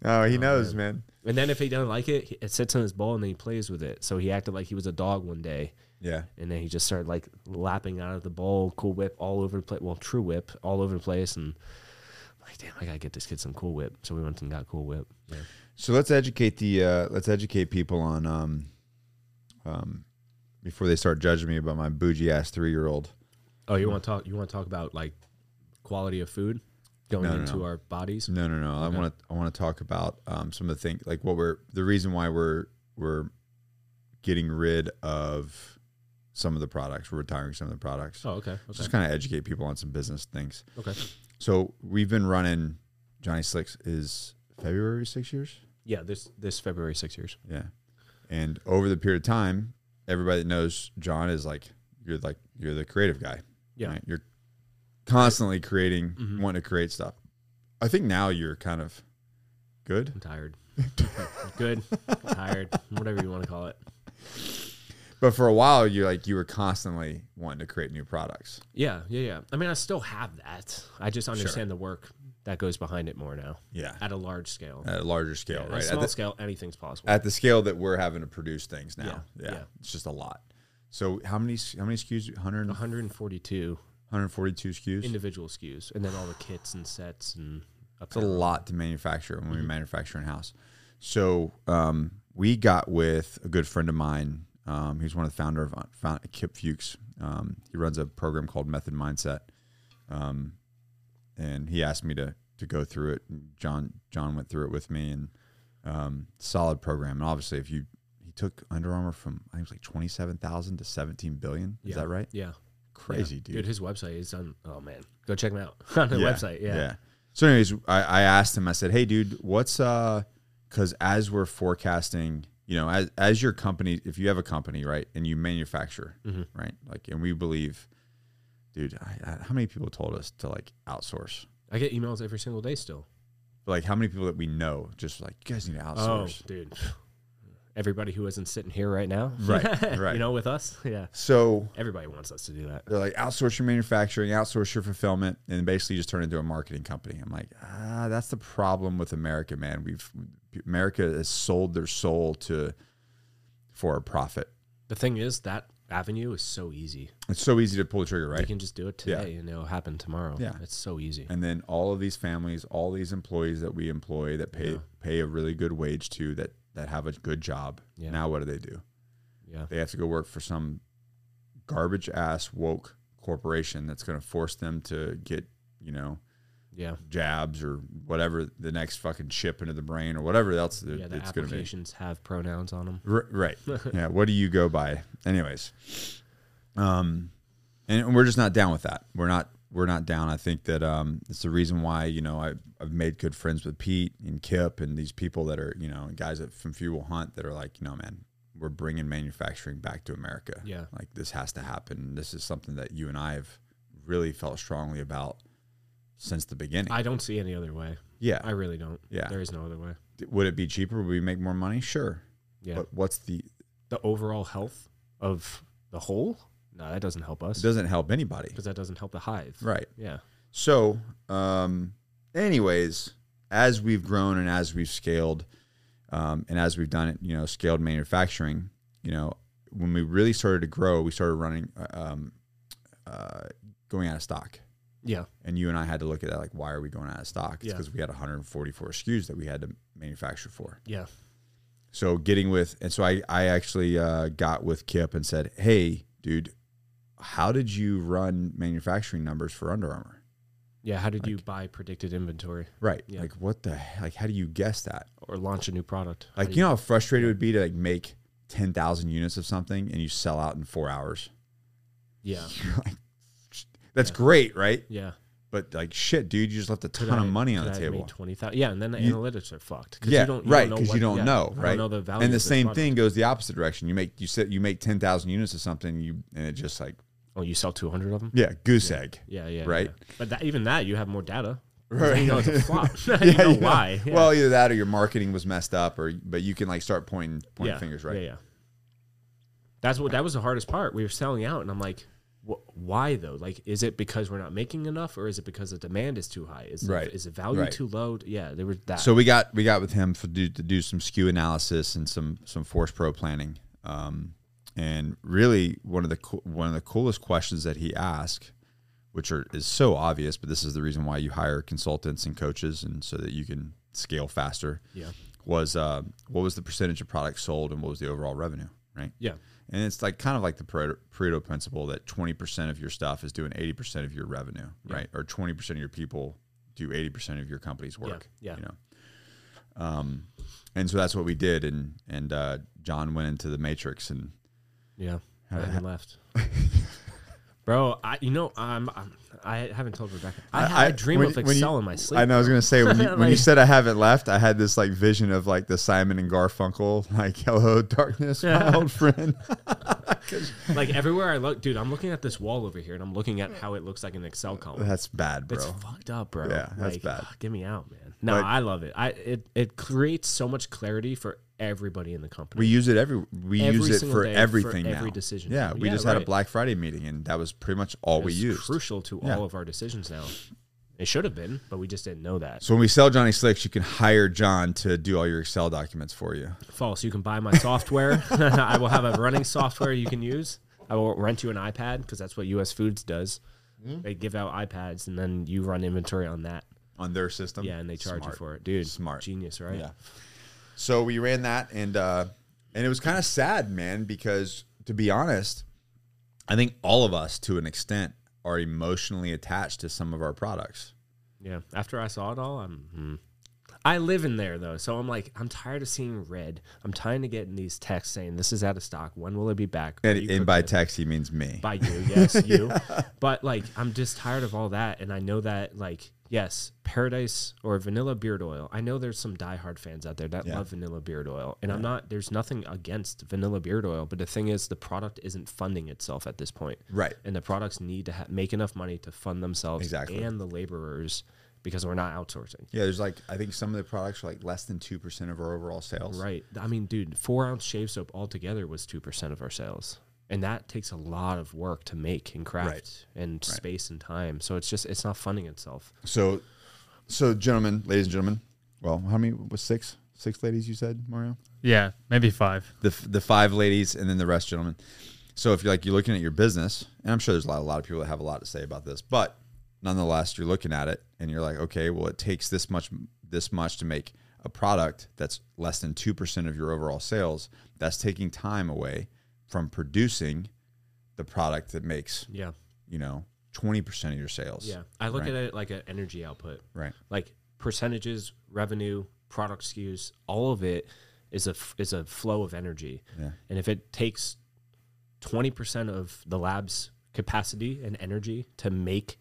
Speaker 1: Oh, he knows, man.
Speaker 3: And then if he doesn't like it, he- it sits in his bowl and then he plays with it. So he acted like he was a dog one day,
Speaker 1: Yeah.
Speaker 3: and then he just started like lapping out of the bowl, Cool Whip all over the place. Well, True Whip all over the place, and I'm like, damn, I gotta get this kid some Cool Whip. So we went and got Cool Whip. Yeah.
Speaker 1: So let's educate the uh, let's educate people on um, um, before they start judging me about my bougie ass three year old.
Speaker 3: Oh, you want to talk? You want to talk about like quality of food going
Speaker 1: No, no,
Speaker 3: into
Speaker 1: no.
Speaker 3: our bodies?
Speaker 1: No, no, no. I want to I want to talk about um, some of the things like what we're the reason why we're we're getting rid of some of the products. We're retiring some of the products.
Speaker 3: Oh, okay, okay,
Speaker 1: Just kind of educate people on some business things.
Speaker 3: okay.
Speaker 1: So we've been running Johnny Slicks is February six years.
Speaker 3: Yeah, this this February six years.
Speaker 1: Yeah. And over the period of time, everybody that knows John is like you're like you're the creative guy.
Speaker 3: Yeah.
Speaker 1: right? You're constantly creating, wanting to create stuff. I think now you're kind of good.
Speaker 3: I'm tired. Good, tired, whatever you want to call it.
Speaker 1: But for a while you like you were constantly wanting to create new products.
Speaker 3: Yeah, yeah, yeah. I mean, I still have that. I just understand the work that goes behind it more now
Speaker 1: Yeah.
Speaker 3: at a large scale.
Speaker 1: At a larger scale,
Speaker 3: At
Speaker 1: Uh, right?
Speaker 3: a
Speaker 1: At
Speaker 3: small
Speaker 1: the-
Speaker 3: scale, anything's possible.
Speaker 1: at the scale that we're having to produce things now. Yeah.
Speaker 3: Yeah, yeah.
Speaker 1: It's just a lot. So how many how many SKUs 100,
Speaker 3: Uh-huh. 142
Speaker 1: 142 SKUs?
Speaker 3: individual SKUs, and then all the kits and sets and
Speaker 1: It's a lot to manufacture when we
Speaker 3: Mm-hmm.
Speaker 1: manufacture in house. So um, we got with a good friend of mine. Um, he's one of the founder of found, Kip Fuchs. Um, he runs a program called Method Mindset, um, and he asked me to to go through it. John John went through it with me, and um, solid program. And obviously, if you he took Under Armour from I think it was like twenty seven thousand to seventeen billion. Is
Speaker 3: Yeah.
Speaker 1: that right?
Speaker 3: Yeah,
Speaker 1: Crazy
Speaker 3: yeah.
Speaker 1: dude.
Speaker 3: His website is on. Oh man, go check him out on the website. Yeah.
Speaker 1: So, anyways, I, I asked him. I said, "Hey, dude, what's uh?" Because as we're forecasting, you know, as as your company, if you have a company, right, and you manufacture,
Speaker 3: Mm-hmm.
Speaker 1: right, like, and we believe, dude, I, I, how many people told us to like outsource?
Speaker 3: I get emails every single day still.
Speaker 1: Like, how many people that we know just like you guys need to outsource?
Speaker 3: Oh, dude, everybody who isn't sitting here right now,
Speaker 1: Right, right.
Speaker 3: you know, with us, yeah.
Speaker 1: So
Speaker 3: Everybody wants us to do that.
Speaker 1: they're like outsource your manufacturing, outsource your fulfillment, and basically just turn into a marketing company. I'm like, ah, that's the problem with America, man. We've America has sold their soul to for a profit.
Speaker 3: The thing is, that avenue is so easy.
Speaker 1: It's so easy to pull the trigger,
Speaker 3: You
Speaker 1: right?
Speaker 3: can just do it
Speaker 1: Yeah.
Speaker 3: today, and it'll happen tomorrow.
Speaker 1: Yeah.
Speaker 3: it's so easy.
Speaker 1: And then all of these families, all these employees that we employ that pay
Speaker 3: Yeah.
Speaker 1: pay a really good wage to that that have a good job.
Speaker 3: Yeah.
Speaker 1: Now what do they do?
Speaker 3: Yeah.
Speaker 1: They have to go work for some garbage ass woke corporation that's going to force them to get, you know,
Speaker 3: Yeah.
Speaker 1: jabs or whatever the next fucking chip into the brain or whatever else that
Speaker 3: yeah, the
Speaker 1: it's going to be.
Speaker 3: applications have pronouns on them.
Speaker 1: R- right. yeah. What do you go by? Anyways, um, and we're just not down with that. We're not we're not down. I think that um, it's the reason why you know I, I've made good friends with Pete and Kip and these people that are you know guys that from Fuel Hunt that are like you know man we're bringing manufacturing back to America.
Speaker 3: Yeah.
Speaker 1: like this has to happen. This is something that you and I have really felt strongly about since the beginning.
Speaker 3: I don't see any other way.
Speaker 1: yeah,
Speaker 3: I really don't.
Speaker 1: Yeah.
Speaker 3: There is no other way.
Speaker 1: would it be cheaper? Would we make more money? Sure,
Speaker 3: Yeah.
Speaker 1: but what's the
Speaker 3: the overall health of the whole? No, that doesn't help us
Speaker 1: it
Speaker 3: because
Speaker 1: doesn't help anybody,
Speaker 3: that doesn't help the hive.
Speaker 1: right?
Speaker 3: Yeah.
Speaker 1: So, um, anyways, as we've grown and as we've scaled, um, and as we've done it, you know, scaled manufacturing, you know, when we really started to grow, we started running, uh, um, uh, going out of stock.
Speaker 3: Yeah.
Speaker 1: And you and I had to look at that like, why are we going out of stock? It's
Speaker 3: Yeah.
Speaker 1: because we had 144 SKUs that we had to manufacture for.
Speaker 3: Yeah.
Speaker 1: So getting with, and so I, I actually uh, got with Kip and said, hey, dude, how did you run manufacturing numbers for Under Armour?
Speaker 3: Yeah. How did you buy predicted inventory
Speaker 1: Right.
Speaker 3: Yeah.
Speaker 1: Like what the he- like how do you guess that?
Speaker 3: or launch a new product? How
Speaker 1: Like
Speaker 3: do
Speaker 1: you know how frustrated it would be to like make 10,000 units of something and you sell out in 4 hours.
Speaker 3: Yeah.
Speaker 1: You're like that's great, right?
Speaker 3: Yeah.
Speaker 1: But like shit, dude, you just left a ton of money on the table.
Speaker 3: Twenty thousand. Yeah, and then the
Speaker 1: You-
Speaker 3: analytics are fucked. 'cause
Speaker 1: Yeah, right,
Speaker 3: know
Speaker 1: because
Speaker 3: what-
Speaker 1: you don't
Speaker 3: yeah,
Speaker 1: know,
Speaker 3: I
Speaker 1: right?
Speaker 3: Don't know the value.
Speaker 1: and the
Speaker 3: of this
Speaker 1: same
Speaker 3: product.
Speaker 1: thing goes the opposite direction. You make you said you make ten thousand units of something, you and it just like
Speaker 3: Oh, you sell two hundred of them.
Speaker 1: yeah, goose egg.
Speaker 3: Yeah, yeah.
Speaker 1: Right.
Speaker 3: yeah. But that, even that, you have more data.
Speaker 1: Right.
Speaker 3: You know it's a flop.
Speaker 1: Yeah,
Speaker 3: you know
Speaker 1: yeah.
Speaker 3: why? Yeah.
Speaker 1: Well, either that or your marketing was messed up, or but you can like start pointing pointing
Speaker 3: yeah.
Speaker 1: fingers, right?
Speaker 3: Yeah, yeah. That's what that was the hardest part. We were selling out, and I'm like, wh- why though? Like, is it because we're not making enough, or is it because the demand is too high? Is
Speaker 1: Right.
Speaker 3: it, is the value
Speaker 1: Right.
Speaker 3: too low? Yeah, there was that.
Speaker 1: So we got we got with him for do, to do some SKU analysis and some some Force Pro planning. Um, and really, one of the coo- one of the coolest questions that he asked, which are is so obvious, but this is the reason why you hire consultants and coaches, and so that you can scale faster.
Speaker 3: yeah,
Speaker 1: Was uh, what was the percentage of products sold, and what was the overall revenue, right?
Speaker 3: yeah,
Speaker 1: And it's like kind of like the Pareto, Pareto principle that 20% of your stuff is doing 80% of your revenue, right? Or 20% of your people do 80% of your company's work.
Speaker 3: yeah.
Speaker 1: You know? Um, and so that's what we did. And, and, uh, John went into the matrix and
Speaker 3: yeah. I haven't left. Bro, I you know I'm, I'm I haven't told Rebecca. I, I, I dream
Speaker 1: when-
Speaker 3: of
Speaker 1: when
Speaker 3: Excel
Speaker 1: you-
Speaker 3: in my sleep.
Speaker 1: I know I was going to say, when you, when you
Speaker 3: Like-
Speaker 1: said I haven't left, I had this like vision of like the Simon and Garfunkel, like, hello, darkness, my old friend.
Speaker 3: Like everywhere I look, dude, I'm looking at this wall over here, and I'm looking at how it looks like an
Speaker 1: Uh,
Speaker 3: Excel column.
Speaker 1: that's bad, bro.
Speaker 3: It's fucked up, bro.
Speaker 1: Yeah, that's
Speaker 3: Like,
Speaker 1: bad.
Speaker 3: Get me out, man. No,
Speaker 1: But-
Speaker 3: I love it. I it it creates so much clarity for everybody in the company.
Speaker 1: We use it every. We
Speaker 3: Every
Speaker 1: use it
Speaker 3: single
Speaker 1: for
Speaker 3: day for
Speaker 1: everything now.
Speaker 3: every decision.
Speaker 1: Yeah, we
Speaker 3: Yeah,
Speaker 1: just had a
Speaker 3: right.
Speaker 1: Black Friday meeting, and that was pretty much all we
Speaker 3: it's
Speaker 1: used.
Speaker 3: crucial to
Speaker 1: Yeah.
Speaker 3: all of our decisions now. It should have been, but we just didn't know that.
Speaker 1: So when we sell Johnny Slicks, you can hire John to do all your Excel documents for you.
Speaker 3: False. You can buy my software. I will have a running software you can use. I will rent you an iPad because that's what US Foods does.
Speaker 1: Hmm?
Speaker 3: They give out iPads and then you run inventory on that.
Speaker 1: On their system,
Speaker 3: Yeah, and they charge you
Speaker 1: Smart.
Speaker 3: for it, dude.
Speaker 1: Smart.
Speaker 3: genius, right?
Speaker 1: Yeah. So we ran that, and uh, and it was kind of sad, man, because to be honest, I think all of us, to an extent, are emotionally attached to some of our products.
Speaker 3: Yeah. After I saw it all, I'm. hmm. I live in there though, so I'm like, I'm tired of seeing red. I'm tired of getting these texts saying this is out of stock. When will it be back? Will
Speaker 1: And,
Speaker 3: you
Speaker 1: and
Speaker 3: cook
Speaker 1: by
Speaker 3: this?"
Speaker 1: text, he means me.
Speaker 3: by you, yes, you. But like, I'm just tired of all that, and I know that like, yes, Paradise or Vanilla Beard Oil. I know there's some diehard fans out there that
Speaker 1: Yeah.
Speaker 3: love Vanilla Beard Oil, and I'm not. There's nothing against Vanilla Beard Oil, but the thing is, the product isn't funding itself at this point
Speaker 1: Right.
Speaker 3: and the products need to ha- make enough money to fund themselves
Speaker 1: Exactly.
Speaker 3: and the laborers because we're not outsourcing.
Speaker 1: Yeah, there's like I think some of the products are like less than two percent of our overall sales.
Speaker 3: Right. I mean, dude, four ounce shave soap altogether was 2% of our sales. And that takes a lot of work to make and craft
Speaker 1: Right.
Speaker 3: and space and time. So it's just, it's not funding itself.
Speaker 1: So, so gentlemen, ladies and gentlemen, well, how many was six? Six ladies, you said, Mario.
Speaker 4: Yeah, maybe five.
Speaker 1: The f- the five ladies, and then the rest, gentlemen. So if you're like you're looking at your business, and I'm sure there's a lot a lot of people that have a lot to say about this, but nonetheless, you're looking at it and you're like, okay, well, it takes this much this much to make a product that's less than two percent of your overall sales. That's taking time away from producing the product that makes
Speaker 3: Yeah.
Speaker 1: you know twenty percent of your sales.
Speaker 3: Yeah. I look
Speaker 1: Right.
Speaker 3: at it like an energy output,
Speaker 1: Right.
Speaker 3: like percentages, revenue, product SKUs, all of it is a, f- is a flow of energy.
Speaker 1: Yeah.
Speaker 3: And if it takes 20% of the lab's capacity and energy to make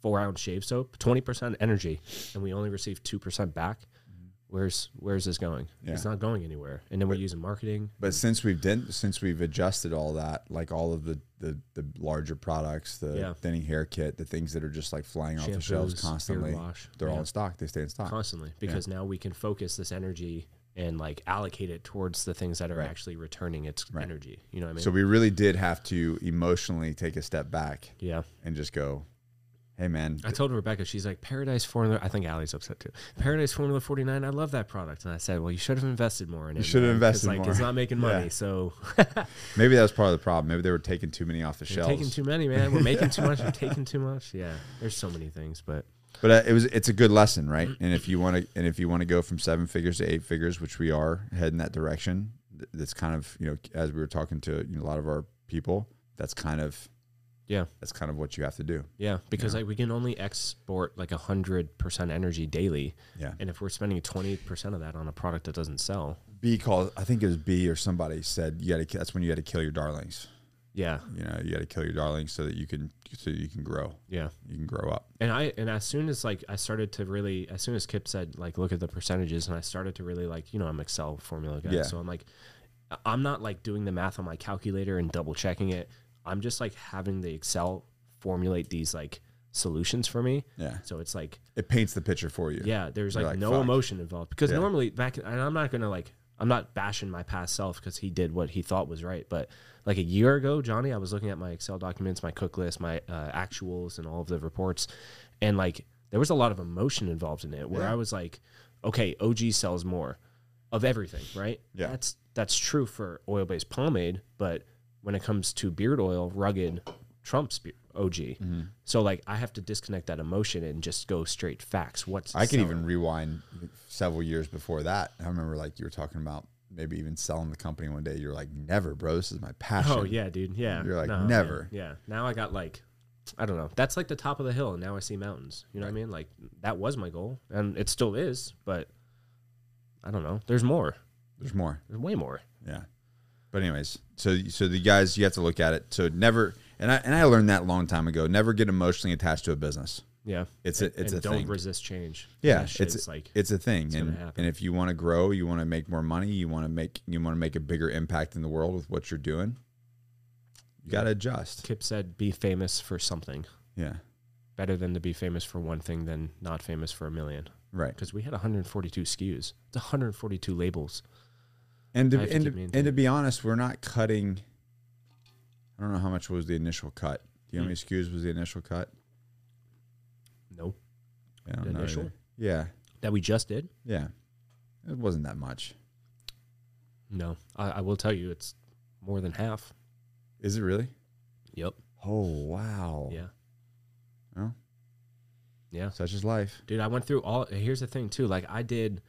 Speaker 3: four ounce shave soap, twenty percent energy, and we only receive two percent back. Where's where's this going? It's
Speaker 1: Mm-hmm. Yeah.
Speaker 3: not going anywhere. And then we're using marketing.
Speaker 1: But since we've did, since we've adjusted all that, like all of the the, the larger products, the
Speaker 3: Yeah.
Speaker 1: thinning hair kit, the things that are just like flying off the shelves
Speaker 3: Shampoos, beard
Speaker 1: constantly,
Speaker 3: wash.
Speaker 1: they're all
Speaker 3: Yeah.
Speaker 1: in stock. They stay in stock.
Speaker 3: constantly because now we can focus this energy and like allocate it towards the things that are actually returning its energy. You know what I mean?
Speaker 1: So we really did have to emotionally take a step back
Speaker 3: yeah.
Speaker 1: and just go, "Hey, man,
Speaker 3: I told Rebecca, she's like, Paradise Formula. I think Allie's upset too. Paradise Formula 49, I love that product. And I said, well, you should have invested more in it.
Speaker 1: should have
Speaker 3: man, 'cause,
Speaker 1: invested
Speaker 3: like,
Speaker 1: more."
Speaker 3: It's not making money.
Speaker 1: Yeah.
Speaker 3: So
Speaker 1: maybe that was part of the problem. Maybe they were taking too many off the
Speaker 3: we're
Speaker 1: shelves.
Speaker 3: taking too many, man. We're making too much. We're taking too much. Yeah. There's so many things, but
Speaker 1: but uh, it was it's a good lesson, right? And if you want to, and if you want to go from seven figures to eight figures, which we are heading that direction, th- that's kind of you know as we were talking to you know, a lot of our people, that's kind of
Speaker 3: yeah.
Speaker 1: that's kind of what you have to do.
Speaker 3: Yeah. Because like we can only export like 100% energy daily.
Speaker 1: Yeah.
Speaker 3: And if we're spending 20% of that on a product that doesn't sell,
Speaker 1: B called, I think it was B or somebody said you got to. That's when you got to kill your darlings.
Speaker 3: yeah.
Speaker 1: You know, you got to kill your darlings so that you can so you can grow.
Speaker 3: Yeah.
Speaker 1: You can grow up.
Speaker 3: and I and as soon as like I started to really as soon as Kip said like look at the percentages and I started to really like you know I'm Excel formula guy
Speaker 1: Yeah.
Speaker 3: so I'm like I- I'm not like doing the math on my calculator and double checking it I'm just like having the Excel formulate these like solutions for me
Speaker 1: Yeah.
Speaker 3: so it's like
Speaker 1: It paints the picture for you.
Speaker 3: yeah there's
Speaker 1: You're
Speaker 3: like,
Speaker 1: like,
Speaker 3: no
Speaker 1: "Fuck."
Speaker 3: emotion involved because
Speaker 1: Yeah.
Speaker 3: normally back and I'm not gonna like I'm not bashing my past self because he did what he thought was right but like a year ago Johnny I was looking at my Excel documents my cook list my uh, actuals and all of the reports and like there was a lot of emotion involved in it where I was like okay OG sells more of everything right
Speaker 1: Yeah.
Speaker 3: that's that's true for oil based pomade but when it comes to beard oil rugged Trump's be- OG
Speaker 1: Mm-hmm.
Speaker 3: so like I have to disconnect that emotion and just go straight facts what's
Speaker 1: I can
Speaker 3: selling?
Speaker 1: even rewind several years before that. I remember like you were talking about maybe even selling the company one day. You're like, never, bro. This is my passion.
Speaker 3: Oh yeah, dude. Yeah.
Speaker 1: You're like,
Speaker 3: man.
Speaker 1: never.
Speaker 3: Yeah. Now I got like I don't know. That's like the top of the hill and now I see mountains. You know what I mean? Like that was my goal and it still is, but I don't know. There's more.
Speaker 1: There's more.
Speaker 3: There's way more.
Speaker 1: Yeah. But anyways, so so the guys, you have to look at it. So never, and I and I learned that a long time ago. Never get emotionally attached to a business.
Speaker 3: Yeah.
Speaker 1: It's a it's
Speaker 3: and
Speaker 1: a
Speaker 3: don't
Speaker 1: thing.
Speaker 3: resist change.
Speaker 1: yeah,
Speaker 3: That shit's
Speaker 1: it's
Speaker 3: like
Speaker 1: it's a thing,
Speaker 3: gonna
Speaker 1: and
Speaker 3: happen.
Speaker 1: and if you want to grow, you want to make more money, you want to make you want to make a bigger impact in the world with what you're doing. You got to adjust.
Speaker 3: Kip said be famous for something.
Speaker 1: Yeah,
Speaker 3: Better than to be famous for one thing than not famous for a million.
Speaker 1: right.
Speaker 3: Because we had 142 SKUs. It's 142 labels.
Speaker 1: And to,
Speaker 3: I have to
Speaker 1: and,
Speaker 3: keep
Speaker 1: to-
Speaker 3: me in
Speaker 1: and to
Speaker 3: shape.
Speaker 1: be honest, we're not cutting. I don't know how much was the initial cut. Do you
Speaker 3: Hmm.
Speaker 1: know how many SKUs was the initial cut?
Speaker 3: No.
Speaker 1: Yeah, I don't
Speaker 3: The
Speaker 1: know
Speaker 3: initial?
Speaker 1: either. Yeah,
Speaker 3: That we just did?
Speaker 1: yeah. It wasn't that much.
Speaker 3: No. I, I will tell you it's more than half.
Speaker 1: Is it really?
Speaker 3: Yep.
Speaker 1: Oh wow.
Speaker 3: Yeah.
Speaker 1: Oh.
Speaker 3: Yeah.
Speaker 1: Such is life.
Speaker 3: Dude, I went through all here's the thing too. Like I did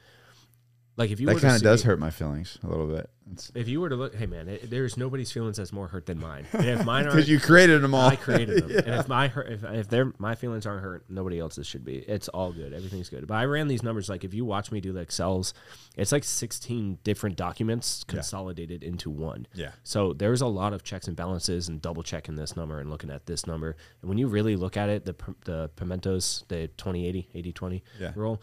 Speaker 3: like if you were
Speaker 1: that
Speaker 3: to
Speaker 1: kind of does
Speaker 3: see-
Speaker 1: hurt my feelings a little bit. It's
Speaker 3: If you were to look, hey man, it, there's nobody's feelings that's more hurt than mine. And if mine are
Speaker 1: because you created them all.
Speaker 3: I created them. And if my hurt, if if they're, my feelings aren't hurt, nobody else's should be. It's all good. Everything's good. But I ran these numbers. Like if you watch me do the Excels, it's like 16 different documents consolidated into one.
Speaker 1: Yeah.
Speaker 3: So there's a lot of checks and balances and double checking this number and looking at this number. And when you really look at it, the p- the pimentos, the 2080, 80 20
Speaker 1: Yeah.
Speaker 3: rule.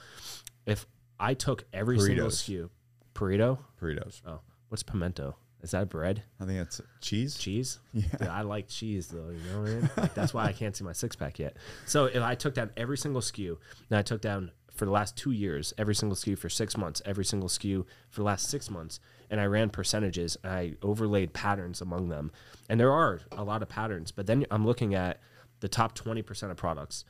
Speaker 3: If I took every
Speaker 1: Burritos.
Speaker 3: single skew burrito,
Speaker 1: Burritos.
Speaker 3: oh, what's pimento? Is that bread?
Speaker 1: I think that's cheese.
Speaker 3: cheese. Dude, I like cheese though. You know what I mean? Like, that's why I can't see my six pack yet. So if I took down every single skew, and I took down for the last two years every single skew for six months, every single skew for the last six months, and I ran percentages and I overlaid patterns among them, and there are a lot of patterns. But then I'm looking at the top twenty percent of products,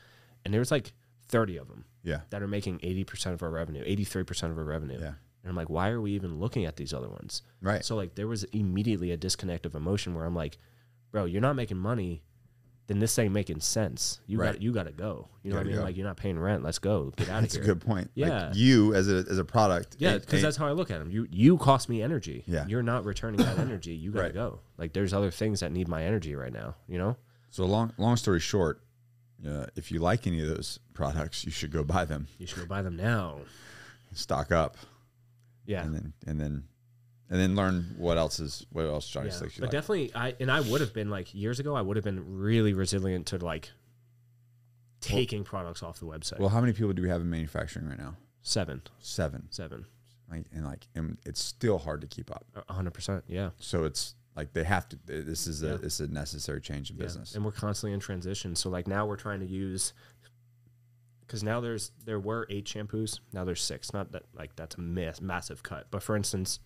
Speaker 3: and there's like thirty of them
Speaker 1: Yeah.
Speaker 3: that are making eighty percent of our revenue, eighty three percent of our revenue.
Speaker 1: Yeah.
Speaker 3: And I'm like, why are we even looking at these other ones?
Speaker 1: Right.
Speaker 3: So like there was immediately a disconnect of emotion where I'm like, bro, you're not making money, then this ain't making sense. You
Speaker 1: Right.
Speaker 3: got you gotta go. You know what
Speaker 1: Gotta
Speaker 3: I mean?
Speaker 1: go.
Speaker 3: Like you're not paying rent. Let's go. Get out of
Speaker 1: That's
Speaker 3: here.
Speaker 1: a good point.
Speaker 3: Yeah.
Speaker 1: Like you as a as a product.
Speaker 3: yeah,
Speaker 1: ain't-
Speaker 3: because
Speaker 1: ain't-
Speaker 3: that's how I look at them. You you cost me energy.
Speaker 1: Yeah.
Speaker 3: You're not returning that energy. You gotta
Speaker 1: Right.
Speaker 3: go. Like there's other things that need my energy right now, you know?
Speaker 1: so long. Long story short, uh, if you like any of those products, you should go buy them,
Speaker 3: You should go buy them now.
Speaker 1: stock up,
Speaker 3: Yeah.
Speaker 1: and then and then and and then learn what else is what else Johnny
Speaker 3: Yeah.
Speaker 1: Slicks you
Speaker 3: but
Speaker 1: like.
Speaker 3: definitely, I and I would have been like years ago. I would have been really resilient to like taking products off the website.
Speaker 1: well, how many people do we have in manufacturing right now?
Speaker 3: seven,
Speaker 1: Seven.
Speaker 3: seven,
Speaker 1: Like, and like, and it's still hard to keep up.
Speaker 3: a hundred percent. Yeah,
Speaker 1: So it's like they have to. This is a
Speaker 3: Yeah.
Speaker 1: it's a necessary change in
Speaker 3: Yeah.
Speaker 1: business.
Speaker 3: and we're constantly in transition. So like now we're trying to use because now there's there were eight shampoos. Now there's six. Not that like that's a mass, massive cut. But for instance,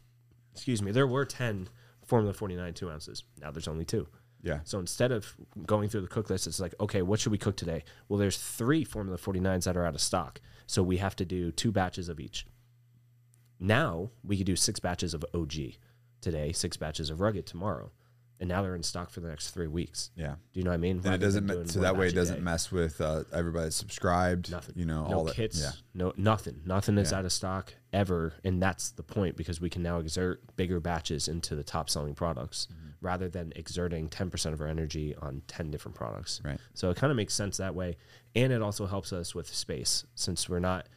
Speaker 3: excuse me, there were ten Formula Forty Nine two ounces. Now there's only two.
Speaker 1: Yeah,
Speaker 3: So instead of going through the cook list, it's like, okay, what should we cook today? Well, there's three Formula 49s that are out of stock. So we have to do two batches of each. Now we could do six batches of OG today, six batches of Rugged tomorrow. And now they're in stock for the next three weeks.
Speaker 1: yeah.
Speaker 3: Do you know what I mean?
Speaker 1: Then it
Speaker 3: Rather
Speaker 1: doesn't.
Speaker 3: than
Speaker 1: ma-
Speaker 3: doing
Speaker 1: So
Speaker 3: one
Speaker 1: that way,
Speaker 3: batch
Speaker 1: it
Speaker 3: a
Speaker 1: doesn't
Speaker 3: day.
Speaker 1: mess with uh, everybody that's subscribed.
Speaker 3: Nothing.
Speaker 1: You know,
Speaker 3: no
Speaker 1: all that.
Speaker 3: kits.
Speaker 1: Yeah.
Speaker 3: No nothing. Nothing that's
Speaker 1: Yeah.
Speaker 3: out of stock ever. And that's the point because we can now exert bigger batches into the top selling products
Speaker 1: Mm-hmm.
Speaker 3: rather than exerting ten percent of our energy on ten different products.
Speaker 1: Right.
Speaker 3: So it kind of makes sense that way. And it also helps us with space since we're not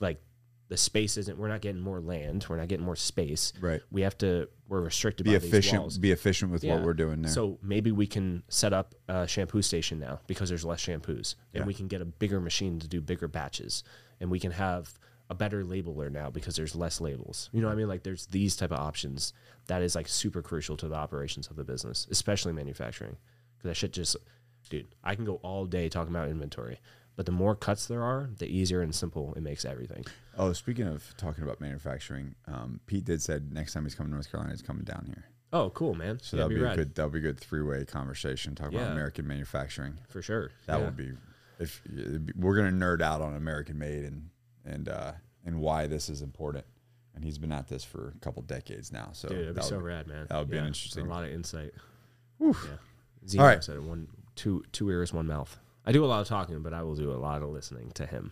Speaker 3: like the space isn't we're not getting more land, we're not getting more space.
Speaker 1: Right.
Speaker 3: We have to we're restricted
Speaker 1: Be
Speaker 3: by these
Speaker 1: efficient.
Speaker 3: walls.
Speaker 1: Be efficient with what
Speaker 3: Yeah.
Speaker 1: we're doing there.
Speaker 3: So maybe we can set up a shampoo station now because there's less shampoos,
Speaker 1: Yeah.
Speaker 3: and we can get a bigger machine to do bigger batches, and we can have a better labeler now because there's less labels. You know what I mean? Like there's these type of options that is like super crucial to the operations of the business, especially manufacturing, because that shit just, dude, I can go all day talking about inventory. But the more cuts there are, the easier and simple it makes everything.
Speaker 1: oh, speaking of talking about manufacturing, um, Pete did said next time he's coming to North Carolina, he's coming down here.
Speaker 3: Oh, cool, man.
Speaker 1: So
Speaker 3: Yeah,
Speaker 1: that'll be, a
Speaker 3: rad.
Speaker 1: good. That'll be a good three way conversation. Talk about
Speaker 3: Yeah.
Speaker 1: American manufacturing.
Speaker 3: for sure.
Speaker 1: That
Speaker 3: Yeah.
Speaker 1: would be if it'd be- we're gonna nerd out on American made and and uh, and why this is important. And he's been at this for a couple decades now. So
Speaker 3: Dude, that'd be
Speaker 1: that
Speaker 3: so
Speaker 1: would-
Speaker 3: rad, man.
Speaker 1: that would be an
Speaker 3: Yeah,
Speaker 1: interesting-
Speaker 3: A lot of insight.
Speaker 1: Oof.
Speaker 3: Yeah. Zeno
Speaker 1: All right.
Speaker 3: said it, one, two, two ears, one mouth. I do a lot of talking, but I will do a lot of listening to him.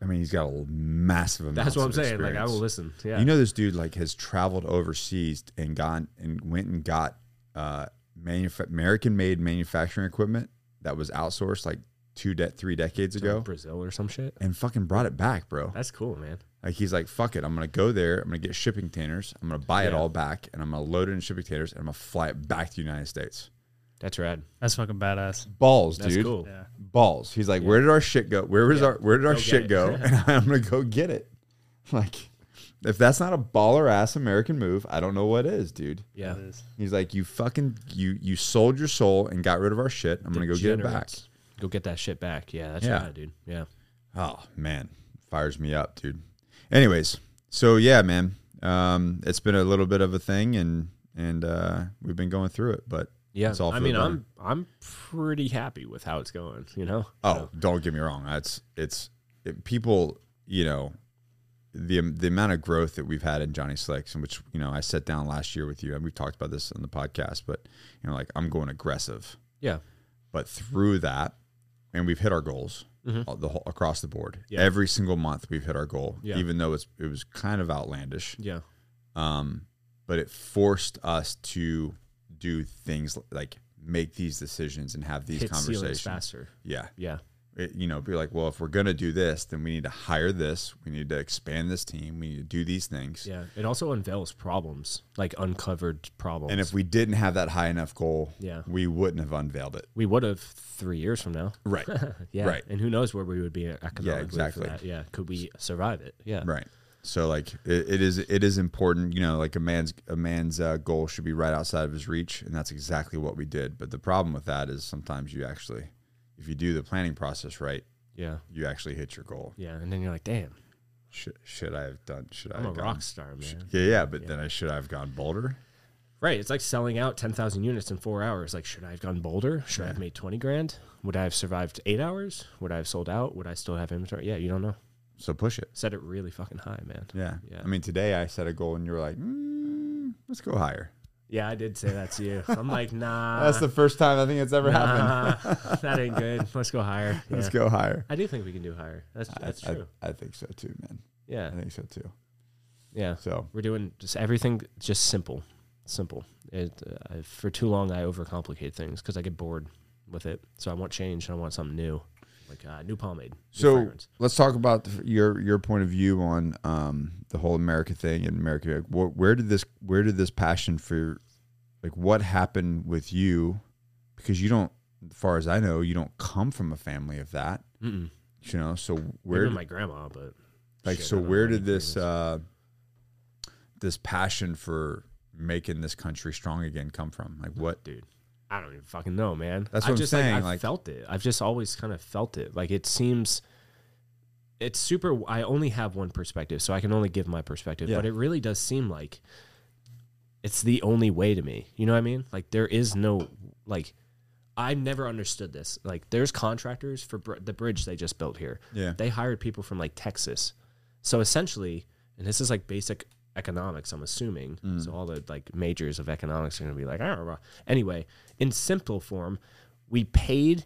Speaker 1: I mean, he's got a massive amount.
Speaker 3: That's what I'm saying. Like I will listen. Yeah.
Speaker 1: You know, this dude like has traveled overseas and gone and went and got uh, manuf- American made manufacturing equipment that was outsourced like two de- three decades
Speaker 3: Like
Speaker 1: ago,
Speaker 3: Brazil or some shit.
Speaker 1: and fucking brought it back, bro.
Speaker 3: That's cool, man.
Speaker 1: Like he's like, fuck it, I'm gonna go there, I'm gonna get shipping containers, I'm gonna buy it
Speaker 3: Yeah.
Speaker 1: all back, and I'm gonna load it in shipping containers, and I'm gonna fly it back to the United States.
Speaker 3: That's rad.
Speaker 4: That's fucking badass.
Speaker 1: Balls,
Speaker 3: That's
Speaker 1: dude.
Speaker 3: cool.
Speaker 4: Yeah.
Speaker 1: Balls. He's like, where did our shit go? Where was
Speaker 3: Yeah.
Speaker 1: our where did our
Speaker 3: Go get
Speaker 1: shit
Speaker 3: it.
Speaker 1: go? and I'm gonna go get it. Like, if that's not a baller ass American move, I don't know what is, dude.
Speaker 3: Yeah.
Speaker 4: It is.
Speaker 1: He's like, you fucking you you sold your soul and got rid of our shit. I'm gonna go get it back.
Speaker 3: Degenerates. Go get that shit back. Yeah. That's
Speaker 1: Yeah.
Speaker 3: rad, dude. Yeah.
Speaker 1: Oh man, fires me up, dude. Anyways, so yeah, man, um, it's been a little bit of a thing, and and uh, we've been going through it, but
Speaker 3: Yeah.
Speaker 1: it's all. For
Speaker 3: I
Speaker 1: the
Speaker 3: mean,
Speaker 1: better.
Speaker 3: I'm I'm pretty happy with how it's going. You know.
Speaker 1: Oh, don't get me wrong. That's it's it, people. You know, the um, the amount of growth that we've had in Johnny Slicks, and which you know I sat down last year with you, and we've talked about this on the podcast. But you know, like I'm going aggressive,
Speaker 3: Yeah.
Speaker 1: but through that, and we've hit our goals uh, the whole, across the board.
Speaker 3: Mm-hmm. Yeah.
Speaker 1: Every single month, we've hit our goal,
Speaker 3: Yeah.
Speaker 1: even though it's it was kind of outlandish.
Speaker 3: Yeah.
Speaker 1: um, but it forced us to do things like make these decisions and have these
Speaker 3: Hit ceilings
Speaker 1: conversations.
Speaker 3: faster.
Speaker 1: Yeah,
Speaker 3: Yeah.
Speaker 1: It- you know, be like, well, if we're gonna do this, then we need to hire this, we need to expand this team, we need to do these things.
Speaker 3: Yeah. It also unveils problems, like uncovered problems.
Speaker 1: And if we didn't have that high enough goal,
Speaker 3: Yeah.
Speaker 1: we wouldn't have unveiled it.
Speaker 3: we would have three years from now.
Speaker 1: Right,
Speaker 3: Yeah.
Speaker 1: Right.
Speaker 3: And who knows where we would be economically yeah,
Speaker 1: exactly.
Speaker 3: for that. Yeah. Could we survive it? Yeah.
Speaker 1: right. So like it, it is it is important, you know, like a man's a man's uh, goal should be right outside of his reach, and that's exactly what we did. But the problem with that is sometimes you actually, if you do the planning process right,
Speaker 3: Yeah.
Speaker 1: you actually hit your goal.
Speaker 3: Yeah. And then you're like, damn,
Speaker 1: Should, should I have done? Should I
Speaker 3: I'm a
Speaker 1: have gone-
Speaker 3: rock star, man.
Speaker 1: Yeah, yeah, but then I should I have gone bolder.
Speaker 3: Right. It's like selling out 10,000 units in four hours. Like, should I have gone bolder? Should I have made 20 grand? Would I have survived eight hours? Would I have sold out? Would I still have inventory? Yeah. You don't know.
Speaker 1: So push it.
Speaker 3: Set it really fucking high, man.
Speaker 1: Yeah.
Speaker 3: Yeah.
Speaker 1: I mean, today I set a goal, and you were like, mm, "Let's go higher."
Speaker 3: Yeah. I did say that to you. I'm like, nah.
Speaker 1: That's the first time I think it's ever happened.
Speaker 3: Uh, nah, that ain't good. Let's go higher.
Speaker 1: Let's
Speaker 3: Yeah.
Speaker 1: go higher.
Speaker 3: I do think we can do higher. That's, that's
Speaker 1: I,
Speaker 3: true.
Speaker 1: I, I think so too, man.
Speaker 3: yeah.
Speaker 1: I think so too.
Speaker 3: Yeah.
Speaker 1: So
Speaker 3: We're doing just everything just simple, simple. It, uh, I- for too long, I overcomplicate things because I get bored with it. So I want change and I want something new. like uh, new pomade. New
Speaker 1: So
Speaker 3: fragrance.
Speaker 1: let's talk about the, your your point of view on um, the whole America thing and America. Where, where did this Where did this passion for like what happened with you? Because you don't, as far as I know, you don't come from a family of that.
Speaker 3: Mm-mm.
Speaker 1: You know, so
Speaker 3: where
Speaker 1: where did-
Speaker 3: my grandma, but
Speaker 1: like
Speaker 3: shit,
Speaker 1: so
Speaker 3: I don't
Speaker 1: where
Speaker 3: know
Speaker 1: did this
Speaker 3: anything else.
Speaker 1: uh, this passion for making this country strong again come from? Like what?
Speaker 3: dude? I don't even fucking know, man.
Speaker 1: That's
Speaker 3: I
Speaker 1: what I'm
Speaker 3: just,
Speaker 1: saying,
Speaker 3: Like, I've
Speaker 1: like-
Speaker 3: felt it. I've just always kind of felt it. Like it seems, it's super. I only have one perspective, so I can only give my perspective.
Speaker 1: Yeah.
Speaker 3: But it really does seem like it's the only way to me. You know what I mean? Like there is no like. I've never understood this. Like there's contractors for br- the bridge they just built here.
Speaker 1: Yeah.
Speaker 3: They hired people from like Texas. So essentially, and this is like basic economics, I'm assuming. So all the like majors of economics are going to be like, I don't know. Anyway, in simple form, we paid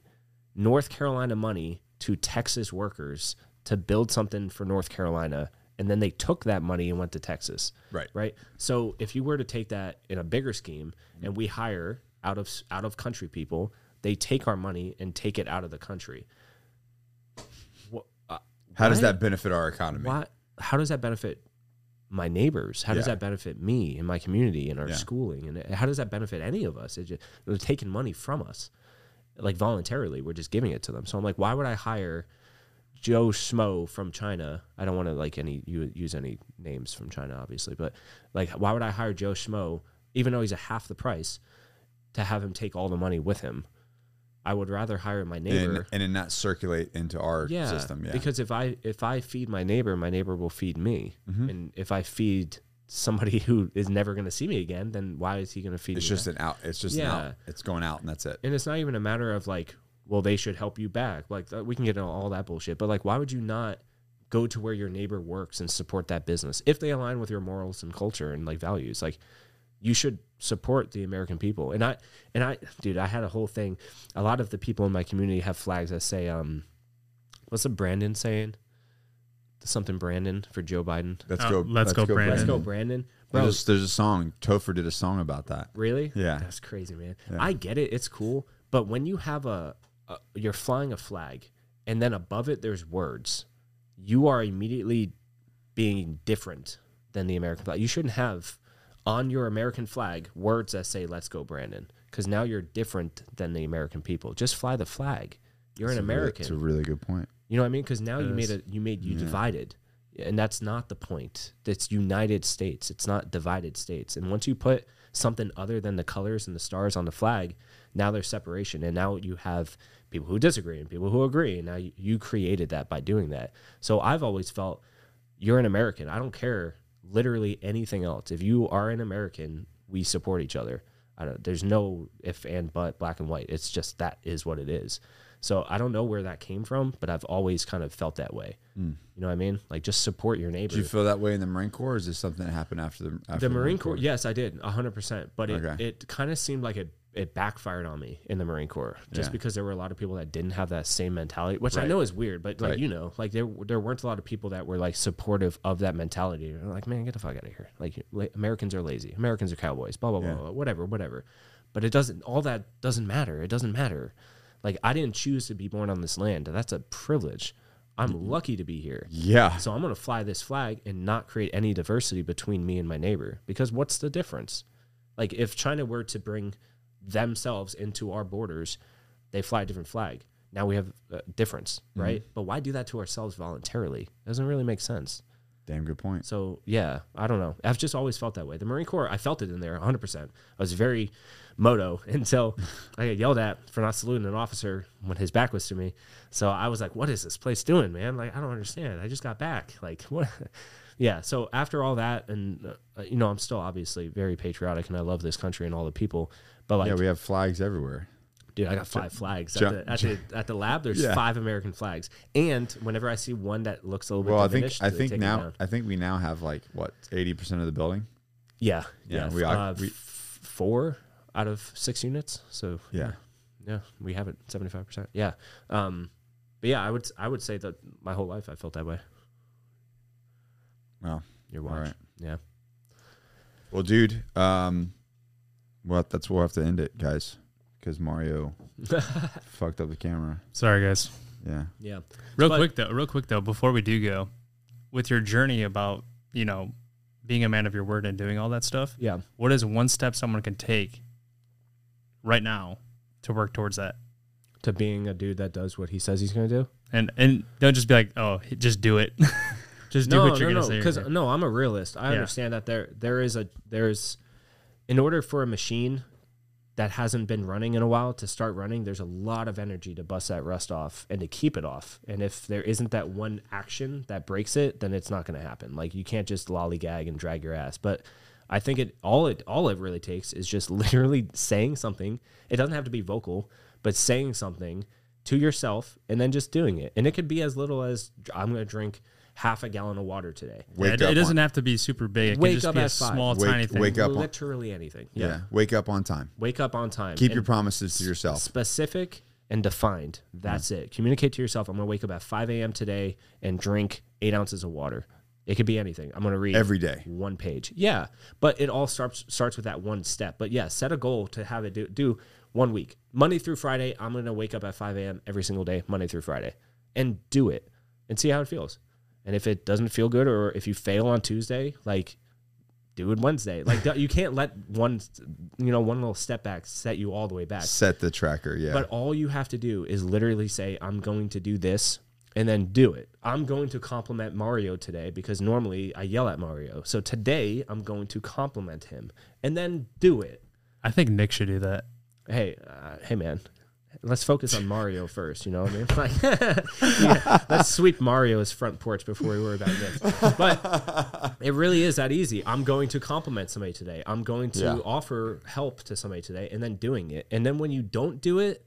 Speaker 3: North Carolina money to Texas workers to build something for North Carolina. And then they took that money and went to Texas
Speaker 1: Right.
Speaker 3: right so if you were to take that in a bigger scheme and we hire out of out of country people they take our money and take it out of the country what, uh,
Speaker 1: How does
Speaker 3: why-
Speaker 1: that benefit our economy?
Speaker 3: why, how does that benefit my neighbors how does
Speaker 1: Yeah.
Speaker 3: that benefit me and my community and our
Speaker 1: Yeah.
Speaker 3: schooling and how does that benefit any of us it just, they're taking money from us like voluntarily we're just giving it to them so i'm like why would i hire joe schmo from china i don't want to like any u- use any names from china obviously but like why would i hire joe schmo even though he's a half the price to have him take all the money with him i would rather hire my neighbor
Speaker 1: And, and then not circulate into our system. Yeah.
Speaker 3: because if I if I feed my neighbor, my neighbor will feed me,
Speaker 1: Mm-hmm.
Speaker 3: and if I feed somebody who is never going to see me again, then why is he going to feed?
Speaker 1: it's
Speaker 3: me
Speaker 1: just
Speaker 3: back?
Speaker 1: an out. It's just an
Speaker 3: Yeah.
Speaker 1: out. It's going out and that's it.
Speaker 3: and it's not even a matter of like, well, they should help you back. Like th- we can get into all that bullshit, but like, why would you not go to where your neighbor works and support that business if they align with your morals and culture and like values? Like, you should support the American people. And I and I, dude, I had a whole thing. A lot of the people in my community have flags that say, um, what's the Brandon saying? Something Brandon for Joe Biden.
Speaker 1: Let's
Speaker 4: Oh,
Speaker 1: go.
Speaker 4: let's go, Brandon.
Speaker 3: Let's go, Brandon. Bro,
Speaker 1: There's, there's a song. Topher did a song about that.
Speaker 3: Really?
Speaker 1: Yeah.
Speaker 3: That's crazy, man.
Speaker 1: Yeah.
Speaker 3: I get it. It's cool. But when you have a, a, you're flying a flag and then above it there's words, you are immediately being different than the American flag. You shouldn't have on your American flag words that say, let's go, Brandon, because now you're different than the American people. Just fly the flag. You're
Speaker 1: It's
Speaker 3: an
Speaker 1: a really-
Speaker 3: American.
Speaker 1: It's a really good point.
Speaker 3: You know what I mean? Because now you
Speaker 4: It
Speaker 3: made
Speaker 4: is.
Speaker 3: it. You made you
Speaker 1: Yeah.
Speaker 3: divided, and that's not the point. That's United States. It's not divided states. And once you put something other than the colors and the stars on the flag, now there's separation, and now you have people who disagree and people who agree. And now you, you created that by doing that. So I've always felt you're an American. I don't care literally anything else. If you are an American, we support each other. I don't, there's no if and but, black and white. It's just that is what it is. So I don't know where that came from, but I've always kind of felt that way. You know what I mean? Like just support your neighbor.
Speaker 1: Did you feel that way in the Marine Corps? Or is this something that happened after the after
Speaker 3: the Marine Corps, yes, I did, hundred percent. But it,
Speaker 1: Okay.
Speaker 3: it kind of seemed like it it backfired on me in the Marine Corps, just
Speaker 1: Yeah.
Speaker 3: because there were a lot of people that didn't have that same mentality, which I
Speaker 1: Right.
Speaker 3: know is weird. But like
Speaker 1: Right.
Speaker 3: you know, like there there weren't a lot of people that were like supportive of that mentality. They're like, man, get the fuck out of here. Like la- Americans are lazy. Americans are cowboys. Blah blah blah,
Speaker 1: Yeah.
Speaker 3: blah. Whatever, whatever. But it doesn't. All that doesn't matter. It doesn't matter. Like I didn't choose to be born on this land. That's a privilege. I'm lucky to be here.
Speaker 1: Yeah.
Speaker 3: So I'm going to fly this flag and not create any diversity between me and my neighbor because what's the difference? Like if China were to bring themselves into our borders, they fly a different flag. Now we have a difference, right? But why do that to ourselves voluntarily? doesn't really make sense.
Speaker 1: Damn good point.
Speaker 3: So yeah, I don't know. I've just always felt that way. The Marine Corps, I felt it in there 100%. I was very moto until I got yelled at for not saluting an officer when his back was to me. So I was like, what is this place doing, man? Like, I don't understand. I just got back. Like, what? Yeah. So after all that, and, uh, you know, I'm still obviously very patriotic and I love this country and all the people. But like,
Speaker 1: yeah, we have flags everywhere.
Speaker 3: Dude, I got five flags
Speaker 1: Ja-
Speaker 3: at, the, at, the, at the lab. There's
Speaker 1: Yeah.
Speaker 3: five American flags, and whenever I see one that looks a little bit
Speaker 1: Well, I think
Speaker 3: diminished,
Speaker 1: I
Speaker 3: they
Speaker 1: think
Speaker 3: take it
Speaker 1: now
Speaker 3: down.
Speaker 1: I think we now have like what eighty percent of the building.
Speaker 3: Yeah,
Speaker 1: Yeah,
Speaker 3: yeah.
Speaker 1: we
Speaker 3: we
Speaker 1: are-
Speaker 3: uh,
Speaker 1: we-
Speaker 3: f- four out of six units. So
Speaker 1: Yeah.
Speaker 3: yeah, we have it seventy five percent. Yeah, um, but yeah, I would I would say that my whole life I felt that way.
Speaker 1: Wow.
Speaker 3: Your
Speaker 1: All
Speaker 3: watch,
Speaker 1: right.
Speaker 3: yeah.
Speaker 1: Well, dude. Um. Well, that's we'll have to end it, guys, because Mario fucked up the camera.
Speaker 4: Sorry, guys.
Speaker 1: Yeah.
Speaker 3: Yeah.
Speaker 4: Real
Speaker 3: But-
Speaker 4: quick though, real quick though, before we do go, with your journey about you know being a man of your word and doing all that stuff,
Speaker 3: Yeah.
Speaker 4: what is one step someone can take right now to work towards that?
Speaker 3: To being a dude that does what he says he's going to do.
Speaker 4: And and don't just be like, oh, he- just do it, just do
Speaker 3: no,
Speaker 4: what you're
Speaker 3: no,
Speaker 4: gonna say.
Speaker 3: no,
Speaker 4: you're
Speaker 3: because
Speaker 4: gonna-
Speaker 3: no, I'm a realist. I
Speaker 4: Yeah.
Speaker 3: understand that there there is a there's in order for a machine that hasn't been running in a while to start running, there's a lot of energy to bust that rust off and to keep it off. And if there isn't that one action that breaks it, then it's not going to happen. Like you can't just lollygag and drag your ass. But I think it all it all it really takes is just literally saying something. It doesn't have to be vocal, but saying something to yourself and then just doing it. And it could be as little as I'm going to drink half a gallon of water today.
Speaker 4: Yeah,
Speaker 1: Wake
Speaker 4: it,
Speaker 1: up.
Speaker 4: it doesn't
Speaker 1: on,
Speaker 4: have to be super big. It
Speaker 3: Wake
Speaker 4: can just
Speaker 3: up
Speaker 4: be a
Speaker 3: at five.
Speaker 4: small,
Speaker 1: Wake-
Speaker 4: tiny thing.
Speaker 1: wake up on-
Speaker 3: Literally anything. Yeah.
Speaker 1: yeah. Wake up on time.
Speaker 3: Wake up on time.
Speaker 1: Keep
Speaker 3: And
Speaker 1: your promises to yourself. Mm.
Speaker 3: Specific and defined. That's it. Communicate to yourself. I'm going to wake up at 5 a.m. today and drink eight ounces of water. It could be anything. I'm going to read
Speaker 1: Every day.
Speaker 3: one page. Yeah, but it all starts starts with that one step. But yeah, set a goal to have it do, do one week, Monday through Friday. I'm going to wake up at 5 a.m. every single day, Monday through Friday, and do it and see how it feels. And if it doesn't feel good, or if you fail on Tuesday, like do it Wednesday. Like you can't let one, you know, one little step back set you all the way back.
Speaker 1: Set the tracker. Yeah.
Speaker 3: But all you have to do is literally say, I'm going to do this and then do it. I'm going to compliment Mario today because normally I yell at Mario. So today I'm going to compliment him and then do it.
Speaker 4: I think Nick should do that.
Speaker 3: Hey, uh, hey man. Let's focus on Mario first, you know what I mean? Like, yeah, let's sweep Mario's front porch before we worry about this. But it really is that easy. I'm going to compliment somebody today. I'm going to
Speaker 1: Yeah.
Speaker 3: offer help to somebody today and then doing it. And then when you don't do it,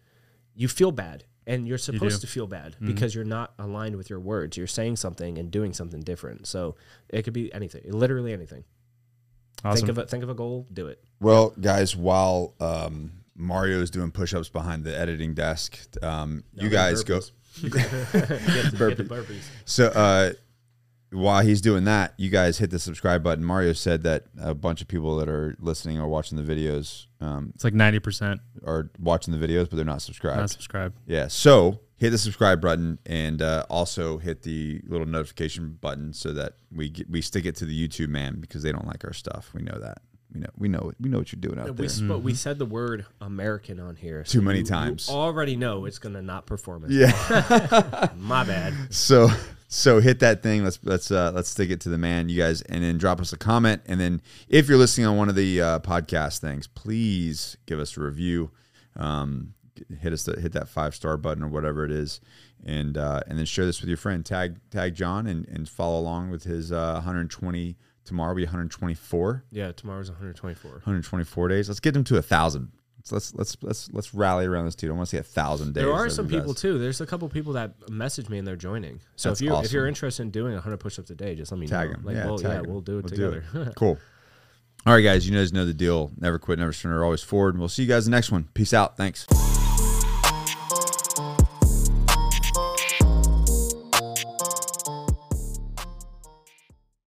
Speaker 3: you feel bad and you're supposed to feel bad because you're not aligned with your words you're saying something and doing something different so it could be anything literally anything
Speaker 4: Awesome.
Speaker 3: think of a think of a goal do it
Speaker 1: Well, guys, while um, Mario is doing push-ups behind the editing desk, um, you guys go.
Speaker 3: get the, get the burpees
Speaker 1: So uh, while he's doing that, you guys hit the subscribe button. Mario said that a bunch of people that are listening or watching the videos um,
Speaker 4: it's like ninety percent
Speaker 1: are watching the videos, but they're not subscribed.
Speaker 4: not subscribed.
Speaker 1: Yeah. So hit the subscribe button and uh, also hit the little notification button so that we get, we stick it to the YouTube man because they don't like our stuff. We know that. We know we know we know what you're doing out
Speaker 3: we,
Speaker 1: there.
Speaker 3: sp- we said the word american on here
Speaker 1: Too many
Speaker 3: you- you
Speaker 1: times.
Speaker 3: already know it's gonna not perform as
Speaker 1: Yeah.
Speaker 3: my bad
Speaker 1: so so hit that thing let's let's uh let's stick it to the man you guys and then drop us a comment and then if you're listening on one of the uh, podcast things please give us a review um hit us the, hit that five star button or whatever it is and uh and then share this with your friend tag tag john and and follow along with his uh 120 tomorrow will be 124
Speaker 3: yeah tomorrow's 124
Speaker 1: 124 days let's get him to a thousand let's let's let's let's rally around this dude i want to see a thousand days
Speaker 3: there are
Speaker 1: of
Speaker 3: some
Speaker 1: you guys.
Speaker 3: people too. There's a couple people that message me and they're joining. So
Speaker 1: That's
Speaker 3: if you are if
Speaker 1: awesome.
Speaker 3: you're interested in doing 100 push-ups a day, just let me
Speaker 1: tag
Speaker 3: know.
Speaker 1: him.
Speaker 3: Like,
Speaker 1: yeah,
Speaker 3: well,
Speaker 1: tag
Speaker 3: yeah,
Speaker 1: him.
Speaker 3: we'll do it
Speaker 1: We'll
Speaker 3: together.
Speaker 1: it. cool. All right, guys, you guys know the deal. Never quit, never surrender, always forward. And we'll see you guys next one. Peace out. Thanks.